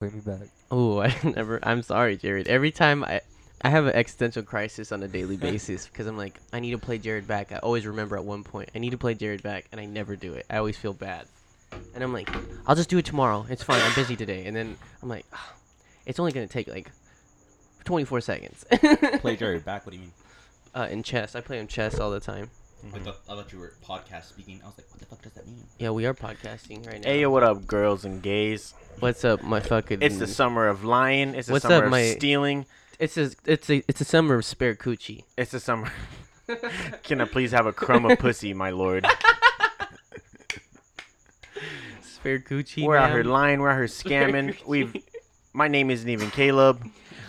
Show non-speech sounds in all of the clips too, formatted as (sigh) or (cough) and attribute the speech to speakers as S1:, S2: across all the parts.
S1: Bring me back.
S2: Oh, (laughs) I never. I'm sorry, Jared. Every time I, I have an existential crisis on a
S3: (laughs)
S2: daily basis because I'm like, I need to play Jared back. I always remember at one point I need to play Jared back, and I never do it. I always feel bad, and I'm like, I'll just do it tomorrow. It's fine. I'm busy today, and then I'm like, "Ah, it's only gonna take like 24 seconds. (laughs)
S4: Play Jared back. What do you mean?
S2: uh, in chess, I play in chess all the time.
S4: I, thought, I thought you were podcast speaking. I was like, what the fuck does that mean?
S2: Yeah, we are podcasting right now.
S3: Hey, yo, what up, girls and gays?
S2: what's up, my fucking?
S3: It's the summer of lying. It's the
S2: Mm. What's
S3: summer
S2: up,
S3: of
S2: my-
S3: stealing.
S2: It's a it's a it's a summer of spare coochie.
S3: It's
S2: (laughs)
S3: the summer. Can I please have a crumb of pussy,
S2: (laughs)
S3: my lord?
S2: Spare coochie.
S3: We're out
S2: ma'am.
S3: (laughs) here lying. We're out here scamming.
S2: (laughs)
S3: We've. My name isn't even Caleb.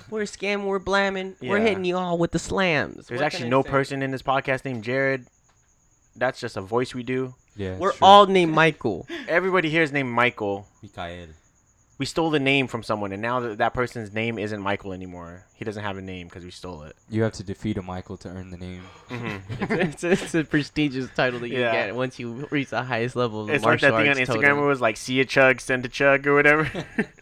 S2: We're scamming, we're blamming, we're
S3: Yeah.
S2: hitting you all with the slams.
S3: There's
S2: What
S3: actually
S2: can I
S3: no
S2: say?
S3: person in this podcast named Jared. That's just a voice we do.
S1: Yeah.
S2: We're
S1: sure.
S2: all named Michael.
S3: Everybody here is named Michael.
S4: Mikael.
S3: We stole the name from someone, and now that that person's name isn't Michael anymore. He doesn't have a name because we stole it.
S1: You have to defeat a Michael to earn the name.
S2: Mm-hmm.
S3: Mhm.
S2: (laughs) it's, a, it's a prestigious title that you
S3: Yeah.
S2: get once you reach the highest level of the
S3: It's like
S2: martial
S3: that thing on
S2: arts
S3: Instagram
S2: totem.
S3: where it was like, see a chug, send a chug, or whatever.
S2: (laughs)
S3: (laughs)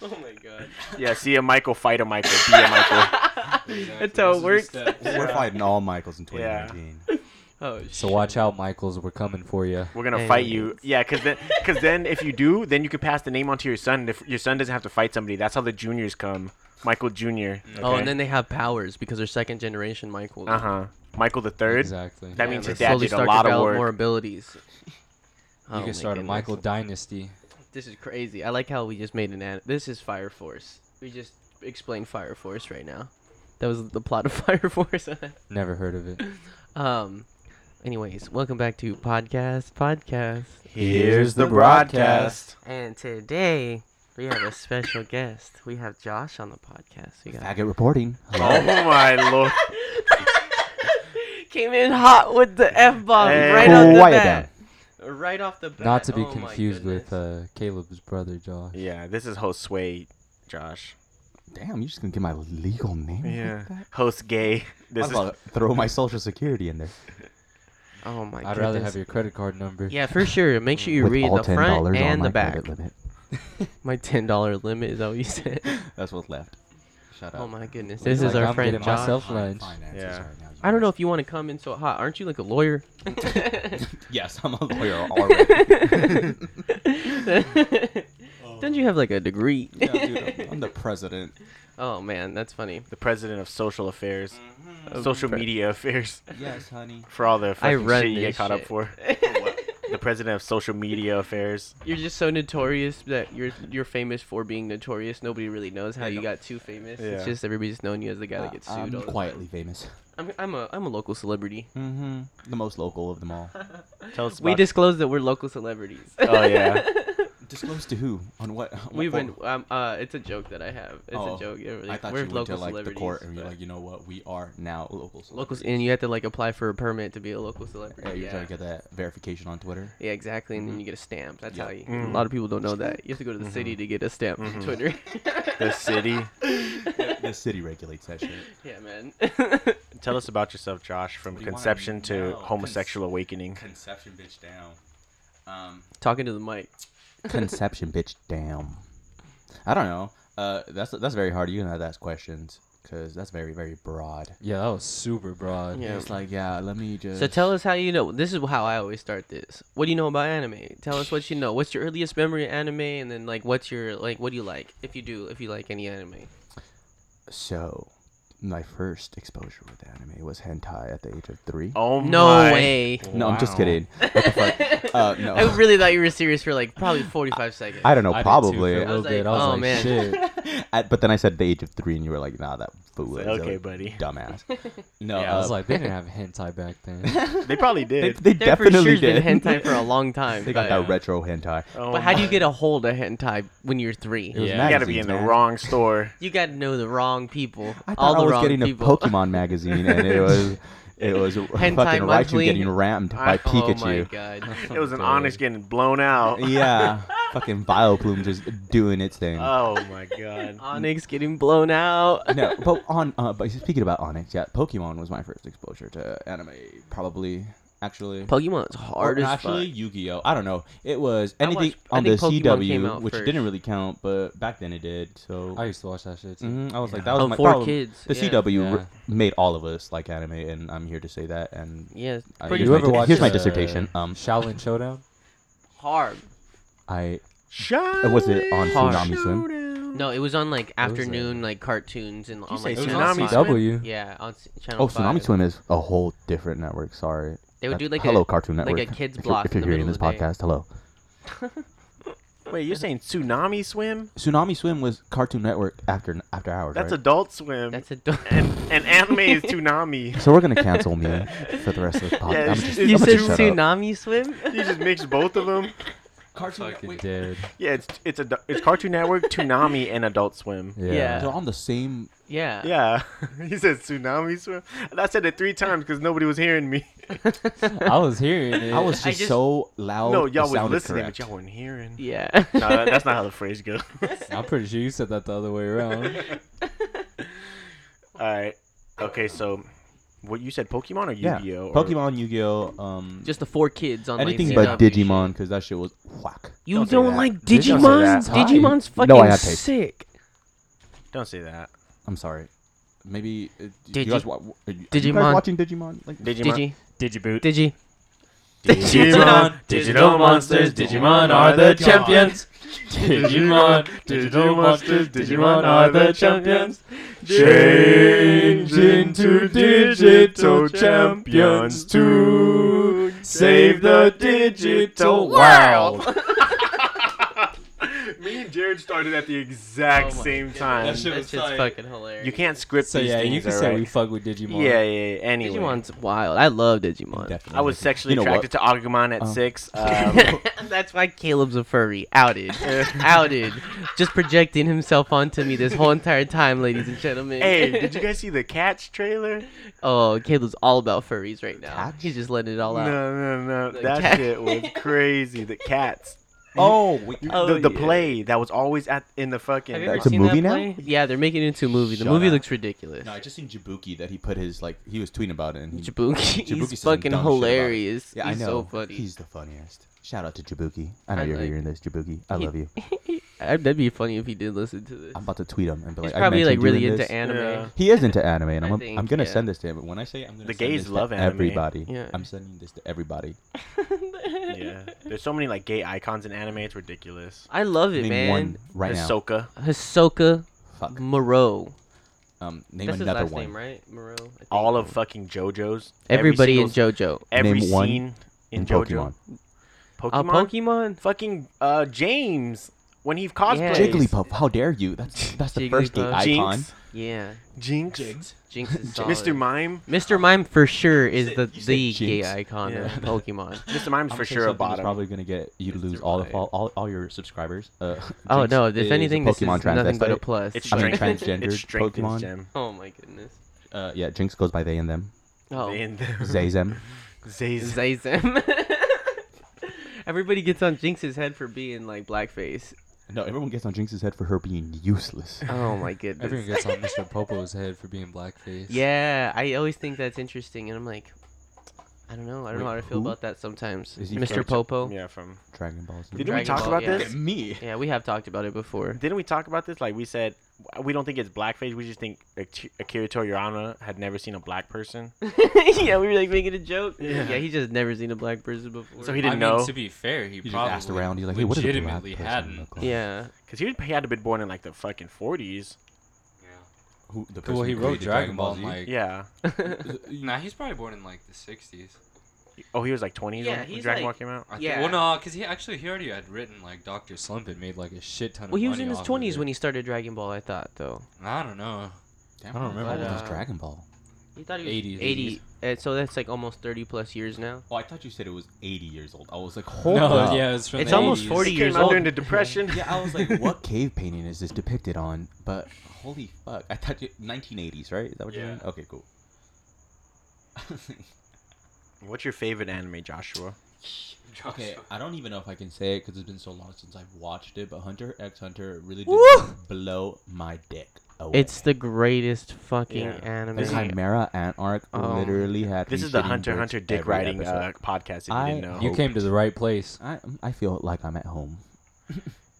S2: Oh my god.
S3: yeah, see a Michael, fight a Michael, be a Michael.
S2: That's how it works.
S3: (laughs)
S4: We're fighting all Michaels in
S3: Yeah.
S4: 2019.
S2: Oh,
S1: So
S2: shit.
S1: watch out, Michaels. We're coming for you.
S3: We're gonna
S2: (laughs)
S3: fight you. Yeah, because then, cause then if you do, then you can pass the name on to your son. and If your son doesn't have to fight somebody, that's how the juniors come. Michael Junior.
S2: Oh, and then they have powers because they're second generation Michael.
S3: uh huh. Michael the third.
S1: Exactly.
S3: That means
S2: they
S3: his dad
S2: slowly
S3: did a
S2: start to
S3: lot of
S2: develop
S3: work.
S2: more abilities.
S1: (laughs)
S2: Oh
S1: you
S2: my
S1: can start a
S2: goodness.
S1: Michael dynasty.
S2: This is crazy. I like how we just made an ad. This is Fire Force. We just explained Fire Force right now. That was the plot of (laughs) Fire Force.
S1: Never heard of
S2: (laughs)
S1: it.
S2: Um. Anyways, welcome back to podcast podcast,
S1: Here's the broadcast.
S2: and today we have a special guest. We have Josh on the podcast. We got
S4: Faggot reporting.
S3: Oh my
S2: (laughs)
S3: lord.
S2: came in hot with the f bomb
S3: Hey.
S2: right off the
S4: Quiet
S2: bat. Right off the bat.
S1: Not to be
S2: Oh my
S1: confused with
S2: goodness.
S1: uh, Caleb's brother Josh.
S3: Yeah, this is host Sway, Josh.
S4: Damn, you just gonna get my legal name?
S3: Yeah. Host Gay.
S4: I
S3: This
S4: was
S3: is
S4: about to throw my social security in there.
S2: Oh my
S1: uh, I'd rather
S2: goodness.
S1: have your credit card number.
S2: Yeah, for sure. Make sure you
S4: With
S2: read
S4: all
S2: the front
S4: $10 on
S2: and the
S4: my
S2: back.
S4: credit limit.
S2: My ten dollar limit is all you (laughs) said.
S4: That's what's left. Shut up.
S2: oh my goodness,
S4: Looks
S2: this is
S1: like
S2: our
S1: I'm
S2: friend
S1: getting
S2: Josh.
S1: myself-
S4: Fin-
S1: lunch.
S4: finances
S3: Yeah.
S4: right now, you
S2: I don't know
S4: guys.
S2: if you want to come in so hot. Aren't you like a (laughs) lawyer?
S4: Yes,
S2: (laughs)
S4: I'm a lawyer already.
S2: Don't you have like a degree?
S4: yeah, dude, I'm, I'm the president.
S2: (laughs) oh man, that's funny.
S3: the president of social affairs,
S2: Of
S3: social
S2: pre-
S3: media affairs.
S4: Yes, honey.
S3: For all the fucking
S2: run
S3: shit you
S2: this
S3: get caught up
S2: shit.
S3: for. the president of social media affairs.
S2: (laughs) You're just so notorious that you're you're famous for being notorious. Nobody really knows how you got too famous. It's
S3: Yeah.
S2: just everybody's known you as the guy that gets sued.
S4: Uh, I'm
S2: all the
S4: quietly famous.
S2: time. I'm I'm a I'm a local celebrity.
S4: Mm-hmm. The most local of them (laughs) all.
S3: Tell
S2: (laughs)
S3: us
S2: We
S3: about-
S2: disclose that we're local celebrities.
S3: Oh
S2: (laughs)
S3: yeah.
S4: Disclose to who? On what? on
S2: We've
S4: what-
S2: been um, uh, it's a joke that I have. It's
S4: Oh,
S2: a joke. yeah,
S4: I
S2: like,
S4: thought
S2: we're
S4: you went to
S2: local
S4: like the
S2: celebrities.
S4: court and you're
S2: but-
S4: like, you know what? We are now local. celebrities."
S2: locals, and you have to like apply for a permit to be a local celebrity.
S4: Yeah,
S2: Yeah,
S4: you're
S2: yeah.
S4: trying to get that verification on Twitter.
S2: exactly. And
S4: Mm-hmm.
S2: then you get a stamp. That's
S4: Yeah.
S2: how you, a
S3: Mm.
S2: lot of people don't know that. You have to go to the city (laughs)
S4: Mm-hmm.
S2: to get a stamp from
S4: (laughs)
S3: Mhm.
S2: Twitter.
S3: The city.
S4: the city regulates that shit.
S2: (laughs) yeah, man. (laughs)
S3: Tell us about yourself, Josh, from
S4: What do you wanna
S3: conception to
S4: know?
S3: homosexual
S4: (laughs)
S3: awakening.
S4: Conception, bitch, down. Um,
S2: Talking to the mic.
S4: (laughs) conception, bitch, damn. I don't know. Uh, that's that's very hard. You can have ask questions because that's very very broad.
S1: Yeah, that was super broad.
S2: Yeah.
S4: It's like, yeah, let me just.
S2: So tell us how you know. This is how I always start this. What do you know about anime? Tell us what you know. What's your earliest memory of anime? And then like, what's your like? What do you like? If you do, if you like any anime.
S4: So, my first exposure with anime was hentai at the age of three.
S3: Oh
S2: No
S3: my.
S2: way.
S4: no, I'm just
S1: wow.
S4: kidding. What the fuck? Uh, no.
S2: I really thought you were serious for like probably 45 seconds.
S4: I don't know,
S1: I did too
S4: Oh, probably.
S1: For a little
S2: was
S1: bit.
S2: like,
S1: I was
S2: oh,
S1: like,
S2: man. (laughs)
S1: shit.
S4: At, but then I said the age of three, and you were like, "Nah, that fool is
S3: Like, okay, buddy.
S4: dumbass." No,
S3: Yeah,
S1: I was
S4: uh,
S1: like, they didn't have hentai back
S2: (laughs)
S1: then.
S3: They probably
S4: they,
S3: did.
S4: they
S2: There for sure
S4: definitely
S2: has
S4: did.
S2: been hentai for a long time.
S4: (laughs) they got
S2: but,
S4: that retro hentai.
S3: Oh
S2: but how do you
S3: my.
S2: get a hold of hentai when you're three?
S4: It was
S1: Yeah.
S3: You gotta be
S4: magazines,
S3: in the
S4: man.
S2: (laughs)
S3: wrong store.
S2: You got to know the wrong people.
S4: I thought
S2: all the
S4: I was
S2: wrong
S4: getting
S2: people.
S4: a
S2: (laughs)
S4: Pokemon magazine, and it was it was fucking Raichu
S2: monthly.
S4: getting rammed by
S3: I-
S2: oh my
S4: Pikachu.
S2: god.
S3: It was an
S1: Dude.
S3: Onyx getting
S2: (laughs)
S3: blown out.
S4: yeah, fucking Vileplume just doing its thing.
S3: Oh my god.
S2: Onyx getting blown out.
S4: no, but on uh, but speaking about Onyx, yeah, Pokemon was my first exposure to anime, probably actually.
S2: Pokemon's hard
S4: Or
S2: as
S4: Oh, actually,
S2: fuck.
S4: Yu-Gi-Oh. I don't know. It was
S2: I
S4: anything
S2: watched- I
S4: on the
S2: think Pokemon came
S4: CW,
S2: out
S4: which
S2: first.
S4: didn't really count, but back then it did. So
S1: I used to watch that shit. Too.
S4: Mhm, I was like,
S1: Yeah.
S4: that was
S2: Oh,
S4: my
S2: four
S4: problem.
S2: kids.
S4: The
S2: yeah.
S4: CW
S1: Yeah.
S4: r made all of us like anime, and I'm here to say that. And
S2: Yeah,
S4: I,
S2: pretty
S4: here's,
S1: You
S4: my,
S1: ever
S4: di-
S1: watch,
S4: here's my
S1: uh,
S4: dissertation.
S2: Mm.
S4: Um,
S1: Shaolin Showdown.
S2: hard.
S1: I
S3: Shut
S4: Uh, was it on
S2: Hard.
S4: Tsunami Swim?
S2: No, it was on like
S1: was
S2: afternoon like cartoons and on
S3: say
S2: like
S1: it was
S2: Channel
S1: on
S3: Tsunami
S2: five.
S3: Swim?
S1: CW.
S2: Yeah, on s- channel.
S4: Oh, Tsunami
S2: five.
S4: Swim is a whole different network. Sorry.
S2: They would
S4: That's-
S2: do like
S4: hello
S2: a
S4: Cartoon
S2: like a
S4: Network.
S2: kids'
S4: if you're-
S2: block
S4: If
S2: in
S4: you're,
S2: the
S4: hearing
S2: middle of
S4: this
S2: the day.
S4: podcast, hello.
S3: Wait, you're saying Tsunami Swim?
S4: Tsunami Swim was Cartoon Network after after hours.
S3: That's
S4: right?
S3: Adult Swim.
S2: That's a. Do-
S4: (laughs)
S3: and and anime is Tsunami. (laughs)
S4: so we're gonna cancel me for the rest of this podcast.
S3: Yeah,
S4: I'm
S3: it's-
S4: just,
S2: (laughs)
S3: it's
S2: you
S4: I'm
S2: said
S4: just shut up.
S2: tsunami swim.
S3: You just mix both of them.
S4: Cartoon
S1: fucking did.
S3: Yeah, it's it's a it's Cartoon Network, Toonami, and Adult Swim.
S1: Yeah.
S2: Yeah.
S4: They're on the same.
S2: (laughs) Yeah.
S3: Yeah, (laughs) he said Tsunami Swim. I said it three times because nobody was hearing me. (laughs)
S1: I was hearing it.
S4: I was just,
S2: I just-
S4: so loud.
S3: no,
S4: Oh, it
S3: y'all was
S4: sounded
S3: listening,
S4: correct.
S3: but y'all weren't hearing.
S4: (laughs)
S2: Yeah.
S3: no, that- that's not how the phrase (laughs) goes.
S1: I'm pretty sure you said that the other way (laughs) around.
S3: All right. Okay, so what you said, Pokemon or
S4: Yeah.
S3: Yu-Gi-Oh? or-
S4: Pokemon, Yu-Gi-oh, um,
S2: Just the four kids on
S4: anything
S2: like,
S4: but
S2: CW.
S4: Digimon because that shit was whack.
S2: You
S3: Don't
S2: don't,
S3: say that.
S2: like
S1: Don't say
S2: Digimon?
S1: that.
S2: Digimon's
S4: No, I
S2: fucking
S4: have taste.
S2: sick.
S3: Don't say that.
S4: I'm sorry. Maybe uh, do
S2: Digi-
S4: you guys wa- wa- are you, are you
S2: Digimon.
S4: guys watching Digimon? Like
S3: Digimon.
S2: Digi.
S1: Digiboot.
S2: Digi.
S1: Digimon, digital monsters, Digimon are the champions. (laughs) Digimon, digital monsters, Digimon are the champions. Change into digital champions to save the digital world.
S3: (laughs)
S1: (laughs)
S3: Me and Jared started at the exact
S2: Oh my
S3: same time.
S1: That shit
S2: That
S1: was
S2: shit's
S1: tight.
S2: fucking hilarious.
S3: You can't script
S1: So
S3: these
S1: yeah,
S3: things.
S1: you can
S3: all
S1: say we
S3: right?
S1: fuck with Digimon.
S3: yeah, yeah, yeah. Anyway,
S2: Digimon's wild. I love Digimon.
S4: Definitely.
S3: I was sexually
S4: You know
S3: attracted to Agumon at
S4: Um,
S3: six. (laughs) Um,
S2: That's why Caleb's a furry. Outed. Outed. Just projecting himself onto me this whole entire time, ladies and gentlemen.
S4: (laughs)
S3: (laughs) hey, did you guys see the Catch trailer?
S2: (laughs) Oh, Caleb's all about furries right now.
S4: Cats?
S2: He's just letting it all
S3: No,
S2: out.
S3: no, no.
S2: The
S3: That
S2: cat-
S3: shit was crazy. The cats.
S4: Oh, wait,
S2: Oh,
S3: the the
S2: yeah.
S3: play that was always at in the fucking.
S2: Have you
S4: That's
S2: ever
S4: a
S2: seen
S4: movie
S2: that
S4: now?
S2: play? Yeah, they're making it into a movie. The
S4: Shut
S2: movie
S4: up.
S2: looks ridiculous.
S4: no, I just seen Jabuki that he put his like he was tweeting about it. And he,
S2: Jabuki,
S4: Jabuki's
S2: he's
S4: some
S2: fucking
S4: dumb shit about it.
S2: hilarious.
S4: yeah,
S2: he's
S4: I know.
S2: so funny.
S4: He's the funniest. Shout out to Jabuki. I know
S2: I
S4: you're
S2: like-
S4: hearing this, Jabuki. I
S2: He-
S4: love you.
S2: I- That'd be funny if he did listen to this.
S4: I'm about to tweet him and be
S2: he's
S4: like,
S2: probably
S4: I
S2: like
S4: mentioned
S2: really
S4: you in
S2: into
S4: this.
S2: anime.
S3: Yeah.
S4: He is into anime, and
S2: I
S4: I'm, a,
S2: think,
S4: I'm gonna
S2: yeah.
S4: send this to him. But when I say I'm gonna,
S3: The
S4: send
S3: gays
S4: this
S3: love
S4: to
S3: anime.
S4: everybody.
S2: Yeah.
S4: I'm sending this to everybody.
S3: yeah, there's so many like gay icons in anime. It's ridiculous.
S2: (laughs) I love it,
S4: Name
S2: man.
S4: one right now.
S3: Ahsoka.
S2: Hisoka
S4: Fuck.
S2: Moreau.
S4: Um, name
S2: That's his
S4: another
S2: last
S4: one.
S2: name, right? Moreau. I think.
S3: All of fucking JoJo's. Every
S2: everybody
S3: single-
S2: in JoJo.
S3: every
S4: Name one
S3: scene in,
S4: in
S3: JoJo.
S4: Pokemon. Oh,
S3: Pokemon.
S2: Uh, Pokemon.
S3: Fucking uh, James when he cosplays.
S4: Jigglypuff. How dare you?
S2: (laughs)
S4: That's that's the first gay
S2: Jigglypuff.
S4: icon.
S3: Jinx.
S2: Yeah,
S3: Jinx.
S2: Jinx is (laughs) solid.
S3: Mr. Mime.
S2: Mr. Mime for sure is
S4: said-
S2: the
S4: you said
S2: the gay
S4: Jinx.
S2: icon of
S3: Yeah.
S2: (laughs) Pokemon.
S3: Mr. Mime's
S4: I'm
S3: for
S4: gonna say
S3: sure
S4: something
S3: a
S4: that's
S3: bottom.
S4: Probably gonna get you to
S2: Mr.
S4: lose all, the,
S2: Right.
S4: all all all your subscribers. Uh,
S2: (laughs) oh
S4: Jinx
S2: no, if
S4: is
S2: anything,
S4: a
S2: this is
S4: Pokemon
S2: nothing but a
S4: transvestite.
S2: plus.
S3: It's
S4: I mean,
S2: (laughs)
S3: strength.
S4: transgendered
S3: it's strength is
S4: Pokemon.
S3: Gem.
S2: oh my goodness.
S4: Uh, yeah, Jinx goes by they and
S2: (laughs)
S4: them.
S2: Oh,
S4: (laughs)
S3: And
S4: Zayzem.
S3: Zay's.
S2: Zayzem. (laughs) Everybody gets on Jinx's head for being like blackface.
S4: No, everyone gets on Jinx's head for her being
S2: (laughs)
S4: useless.
S2: Oh my goodness.
S1: Everyone gets on Mr. Popo's head for being blackface.
S2: Yeah, I always think that's interesting, and I'm like, I don't know, I don't know
S4: Wait,
S2: how I feel
S4: who?
S2: about that sometimes.
S4: Is he
S2: Mr.
S4: from-
S2: Popo. Yeah.
S3: Yeah, from.
S4: Dragon Ball. Z.
S3: Didn't we
S2: Dragon
S3: talk
S2: Ball,
S3: about
S2: yeah.
S3: this?
S4: me?
S2: we have talked about it
S3: (laughs)
S2: before. (laughs)
S3: Didn't we talk about this? Like we said, we don't think it's blackface. We just think Ak- Akira Toriyama had never seen a black person.
S2: yeah, we were like making a joke. Yeah.
S3: Yeah.
S2: he just never seen a black person before.
S3: So he didn't know
S1: to be fair, he,
S4: He
S1: probably
S4: just asked around. He's like, hey, what does a black
S1: legitimately
S4: person
S1: hadn't.
S4: look like?
S2: yeah,
S3: because he, was- he had to been born in like the fucking forties.
S4: Who, the person
S1: Well, he
S4: who
S1: wrote
S4: created
S1: Dragon Ball.
S4: Z?
S1: Like,
S3: Yeah.
S1: Nah, he's probably born in like the '60s.
S3: Oh, he was like twenties
S2: Yeah,
S3: when
S2: he's
S3: Dragon Ball
S2: like-
S3: came out.
S1: I
S2: Yeah.
S1: yeah. Well, no, because he actually he already had written like Doctor Slump and made like a shit ton. of
S2: well, he was
S1: money
S2: in his
S1: off of
S2: 20s
S1: it.
S2: when he started Dragon Ball. I thought though,
S1: I don't know.
S4: Damn,
S1: I don't remember
S4: What
S2: what
S4: was
S2: was-
S4: Dragon Ball?
S2: he thought he was
S1: 80s.
S2: 80. uh, so that's like almost 30 plus years now.
S4: Oh, I thought you said it was 80 years old. I was like, hold
S1: no,
S4: up.
S1: yeah, it's from
S2: It's
S1: the
S2: almost
S1: 80s.
S2: 40
S3: He
S2: years
S3: came out
S2: old.
S3: during the Depression.
S4: Yeah, I was
S3: (laughs)
S4: like, (laughs) what cave painting is this depicted on? But holy fuck, I thought you 1980s, right? Is that what you
S1: Yeah.
S4: mean? Okay, cool. (laughs)
S3: What's your favorite anime, Joshua?
S4: okay, I don't even know if I can say it because it's been so long since I've watched it, but Hunter x Hunter really did
S2: Woo!
S4: blow my dick. away.
S2: It's the greatest fucking
S3: Yeah.
S2: anime.
S4: the Chimera and Arc
S2: Oh.
S4: literally had.
S3: This
S4: me
S3: is the
S4: shitting
S3: Hunter
S4: bricks
S3: Hunter dick
S4: every
S3: riding
S4: episode.
S3: uh, podcast. If you
S4: I-
S3: didn't know,
S4: You
S1: You
S4: Oh.
S1: came to the right place.
S4: I um, I feel like I'm at home.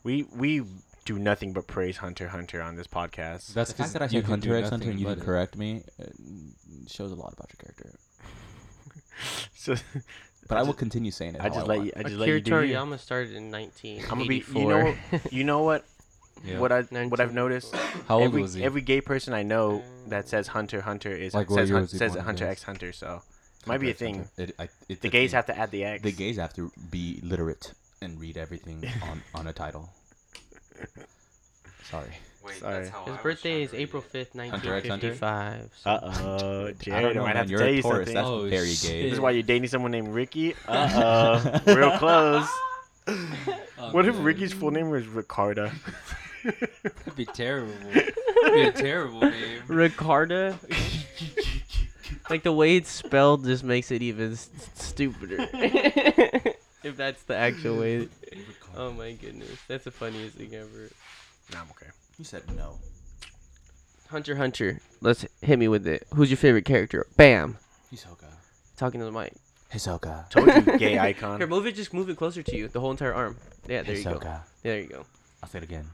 S3: we we do nothing but praise Hunter Hunter on this podcast.
S1: That's
S4: The
S3: (laughs)
S4: fact
S1: because
S4: that I
S1: you
S4: said
S1: can
S4: Hunter
S1: do
S4: X
S1: nothing
S4: Hunter and you
S1: but
S4: didn't
S1: it.
S4: correct me uh, shows a lot about your character.
S3: so
S4: But I,
S3: I
S4: will
S3: just-
S4: continue saying it.
S3: I just let you. I just let
S2: Akira
S3: you do. you.
S2: Toriyama Uh, started in 1984.
S3: I'm gonna be. You know.
S2: (laughs)
S3: You know what?
S1: Yeah.
S3: What I what I've
S2: 19.
S3: noticed.
S1: How old
S3: every,
S1: was he?
S3: every gay person I know that says Hunter Hunter is
S1: Like, what
S3: says,
S1: year
S3: hun-
S1: was he
S3: says
S1: born, I
S3: Hunter
S1: guess?
S3: X Hunter. So might be a thing.
S4: It, I, it's
S3: The
S4: a
S3: gays
S4: thing.
S3: have to add the X.
S4: The gays have to be literate and read
S3: (laughs)
S4: everything on, on a title. Sorry.
S1: Wait,
S3: Sorry.
S1: how
S2: His
S1: I was
S2: birthday is
S1: trying to
S2: April
S1: read
S2: 5th,
S4: Hunter X Hunter?
S2: 1955. so-
S3: Uh oh,
S4: I
S3: Jared,
S4: don't
S3: I
S4: know,
S3: might have
S4: man.
S3: to
S4: You're
S3: tell
S4: a
S3: you
S4: Taurus.
S3: something.
S4: That's
S1: Oh,
S4: very
S1: shit.
S4: gay.
S3: This is why you're dating someone named Ricky. Uh oh, real close.
S1: it.
S3: What if
S1: Okay.
S3: Ricky's full name was (laughs) Ricarda?
S1: That'd be terrible. That'd be a terrible name.
S2: (laughs) Ricarda? (laughs) like the way it's spelled just makes it even s- (laughs) stupider. if that's the actual way. (laughs) Oh my goodness, that's the funniest thing ever.
S3: no, I'm okay.
S4: You said no.
S2: Hunter x Hunter, let's hit me with it. Who's your favorite character? Bam,
S4: Hisoka.
S2: talking to the mic. (laughs)
S4: Hisoka.
S3: Told you, gay
S2: Here,
S3: icon.
S2: move it. Just move it closer to you. The whole entire arm. Yeah, there you go.
S4: Hisoka.
S2: There you go.
S4: I'll say it again.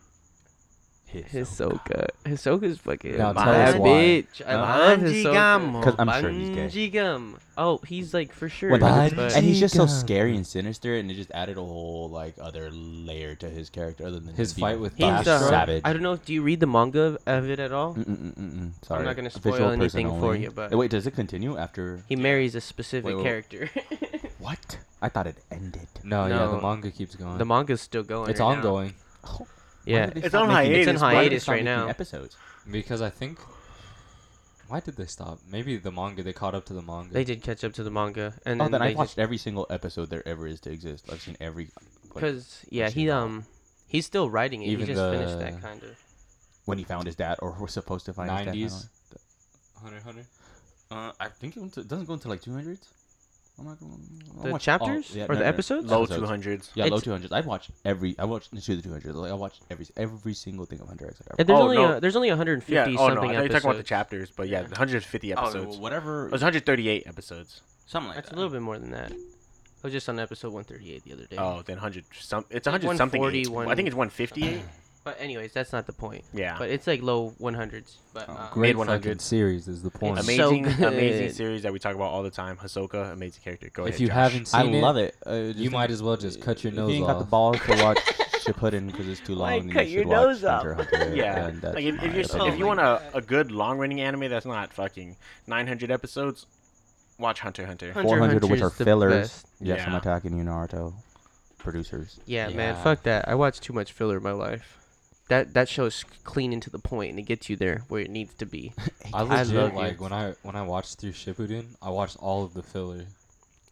S2: Hisoka. Hisoka's fucking
S4: Now
S2: my
S4: tell us why.
S2: bitch. I
S4: Uh,
S2: love
S3: Bungie
S2: Hisoka.
S3: Gamo.
S4: Because I'm sure he's gay.
S2: Bungie gum. Oh, he's like for sure.
S4: What the
S2: but-
S4: heck? and he's just so
S3: Chica.
S4: scary and sinister, and it just added a whole like other layer to his character, other than
S1: His
S4: him being
S1: fight with
S4: a
S2: He's
S4: fucking
S2: the
S4: savage. Mm.
S2: I don't know. Do you read the manga of it at all?
S4: Mm-mm-mm-mm. Sorry,
S2: not gonna
S4: Official
S2: spoil
S4: person
S2: anything for
S4: only.
S2: you, but-
S4: Uh, wait, does it continue after
S2: He marries a specific
S4: Wait, wait, wait.
S2: character. (laughs)
S4: what? I thought it ended.
S1: No, yeah,
S2: No.
S1: the manga keeps going.
S2: the manga's still going.
S1: it's
S2: right now.
S1: ongoing
S4: Oh,
S2: Yeah.
S3: It's on hiatus,
S2: It's on
S3: why did
S2: hiatus right now.
S4: Episodes.
S1: because I think. Why did they stop? Maybe the manga. They caught up to the manga.
S2: They did catch up to the manga, and
S4: Oh,
S2: then
S4: then
S2: they
S4: I watched every single episode there ever is to exist. I've seen every. what-
S2: because yeah,
S4: Actually,
S2: he
S4: no.
S2: um he's still writing it.
S1: Even
S2: he just finished
S1: the-
S2: that kind of.
S4: when he found his dad, or was supposed to find his
S1: nineties.
S4: dad.
S1: Hunter Hunter.
S4: Uh, I think it, went to, doesn't go into like two hundreds. I'm not gonna. I
S2: The
S4: watched all-
S2: chapters
S4: yeah,
S2: or the
S4: no, no, no.
S2: episodes?
S3: Low
S4: Episodes.
S3: two hundreds.
S4: Yeah, low
S2: It's-
S4: two hundreds. I've watched every. I watched into the two hundreds. Like I watched every every single thing of Hunter X Hunter.
S2: And there's
S3: Oh,
S2: only
S3: no.
S2: uh, there's only 150
S3: Yeah. Oh no, I
S2: something
S3: thought you were
S2: episodes.
S3: talking about the chapters, but yeah, 150 episodes.
S4: Oh, whatever.
S3: It was 138 episodes.
S4: Something like
S2: That's
S4: that.
S2: a little bit more than that. I was just on episode 138 the other day.
S3: Oh, then 100 some. It's
S2: Like
S3: 100 something.
S2: 140,
S3: eight. I think it's 158.
S2: But anyways, that's not the point.
S3: Yeah.
S2: But it's like low 100s. But uh,
S1: Great
S3: mid-100s.
S1: fucking series is the point.
S2: It's
S3: amazing,
S2: so
S3: amazing
S2: good.
S3: series that we talk about all the time. Hisoka, amazing character. Go ahead.
S1: if you
S3: Josh.
S1: haven't seen
S4: I
S1: it,
S4: love it. Uh, just
S1: you
S4: think-
S1: might as well just cut your
S4: if
S1: nose
S4: you ain't got the
S1: off.
S4: balls to watch Shippuden because it's too long,
S2: Like,
S4: then
S2: cut
S4: you
S2: your
S4: should watch
S2: nose off.
S4: Hunter x Hunter.
S3: Yeah,
S4: and that's
S3: like if,
S4: my
S3: if, you're, if
S4: opinion.
S3: you want a, a good long running anime that's not fucking 900 episodes, watch Hunter x Hunter.
S2: Hunter
S4: 400
S2: Hunter
S4: which
S2: is
S4: are
S2: the
S4: fillers.
S2: best.
S4: Yes, I'm
S3: Yeah.
S4: attacking you, Naruto. Producers.
S2: yeah, man,
S1: Yeah.
S2: fuck that. I watch too much filler in my life. That that show is clean and to the point, and it gets you there where it needs to be.
S1: I
S2: I
S1: legit
S2: love
S1: like
S2: it.
S1: when I when I watched through Shippuden, I watched all of the filler.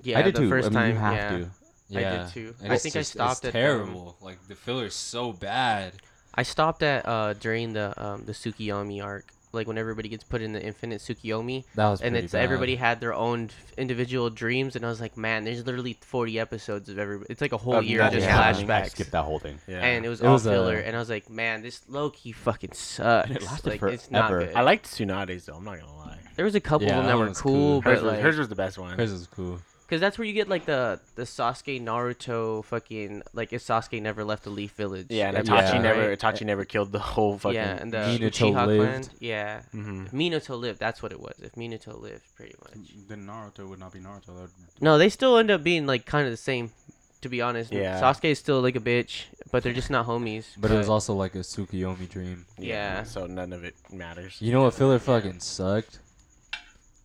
S2: Yeah,
S4: I did
S2: the
S4: too.
S2: first
S4: I mean,
S2: time.
S4: you have
S2: yeah.
S4: to.
S2: I did
S1: Yeah,
S2: too.
S1: and
S2: I
S1: it's
S2: think I
S1: just- It's
S2: stopped at,
S1: terrible. Like the filler is so bad.
S2: I stopped at uh during the um the Tsukiyomi arc, like when everybody gets put in the infinite Tsukiyomi,
S1: That was
S2: and
S1: pretty
S2: it's
S1: bad.
S2: everybody had their own f- individual dreams, and I was like, man, there's literally 40 episodes of every. It's like a whole
S3: Of
S2: year of
S3: nothing
S2: just
S3: happening.
S4: I
S2: flashbacks.
S4: skipped that whole thing.
S3: Yeah.
S2: and it was
S1: It
S2: all
S1: was,
S2: filler,
S1: uh,
S2: and I was like, man, this low key fucking sucks.
S4: it lasted
S2: like, it's not
S4: forever.
S2: good.
S3: I liked Tsunade's though. I'm not gonna lie.
S2: there was a couple
S1: Yeah,
S2: of them
S1: that
S2: that
S1: one
S2: were
S1: was
S2: cool,
S1: cool.
S3: Hers,
S2: but
S3: was,
S2: like,
S3: hers was the best one.
S1: Hers is cool.
S2: because that's where you get like the the Sasuke Naruto fucking like if Sasuke never left the Leaf Village.
S3: yeah, and
S2: that's
S3: Itachi
S1: Yeah.
S3: never Itachi never killed the whole fucking.
S2: yeah, and the
S1: Minato
S2: Uchiha
S1: lived.
S2: clan. Yeah,
S3: Mhm.
S2: If Minato lived. That's what it was. If Minato lived, pretty much.
S4: Then Naruto would not be Naruto.
S2: No, they still end up being like kind of the same. To be honest,
S3: Yeah.
S2: Sasuke is still like a bitch, but they're just not homies.
S1: But it was also like a Tsukiyomi dream.
S2: yeah.
S3: So none of it matters.
S1: You know what filler fucking sucked?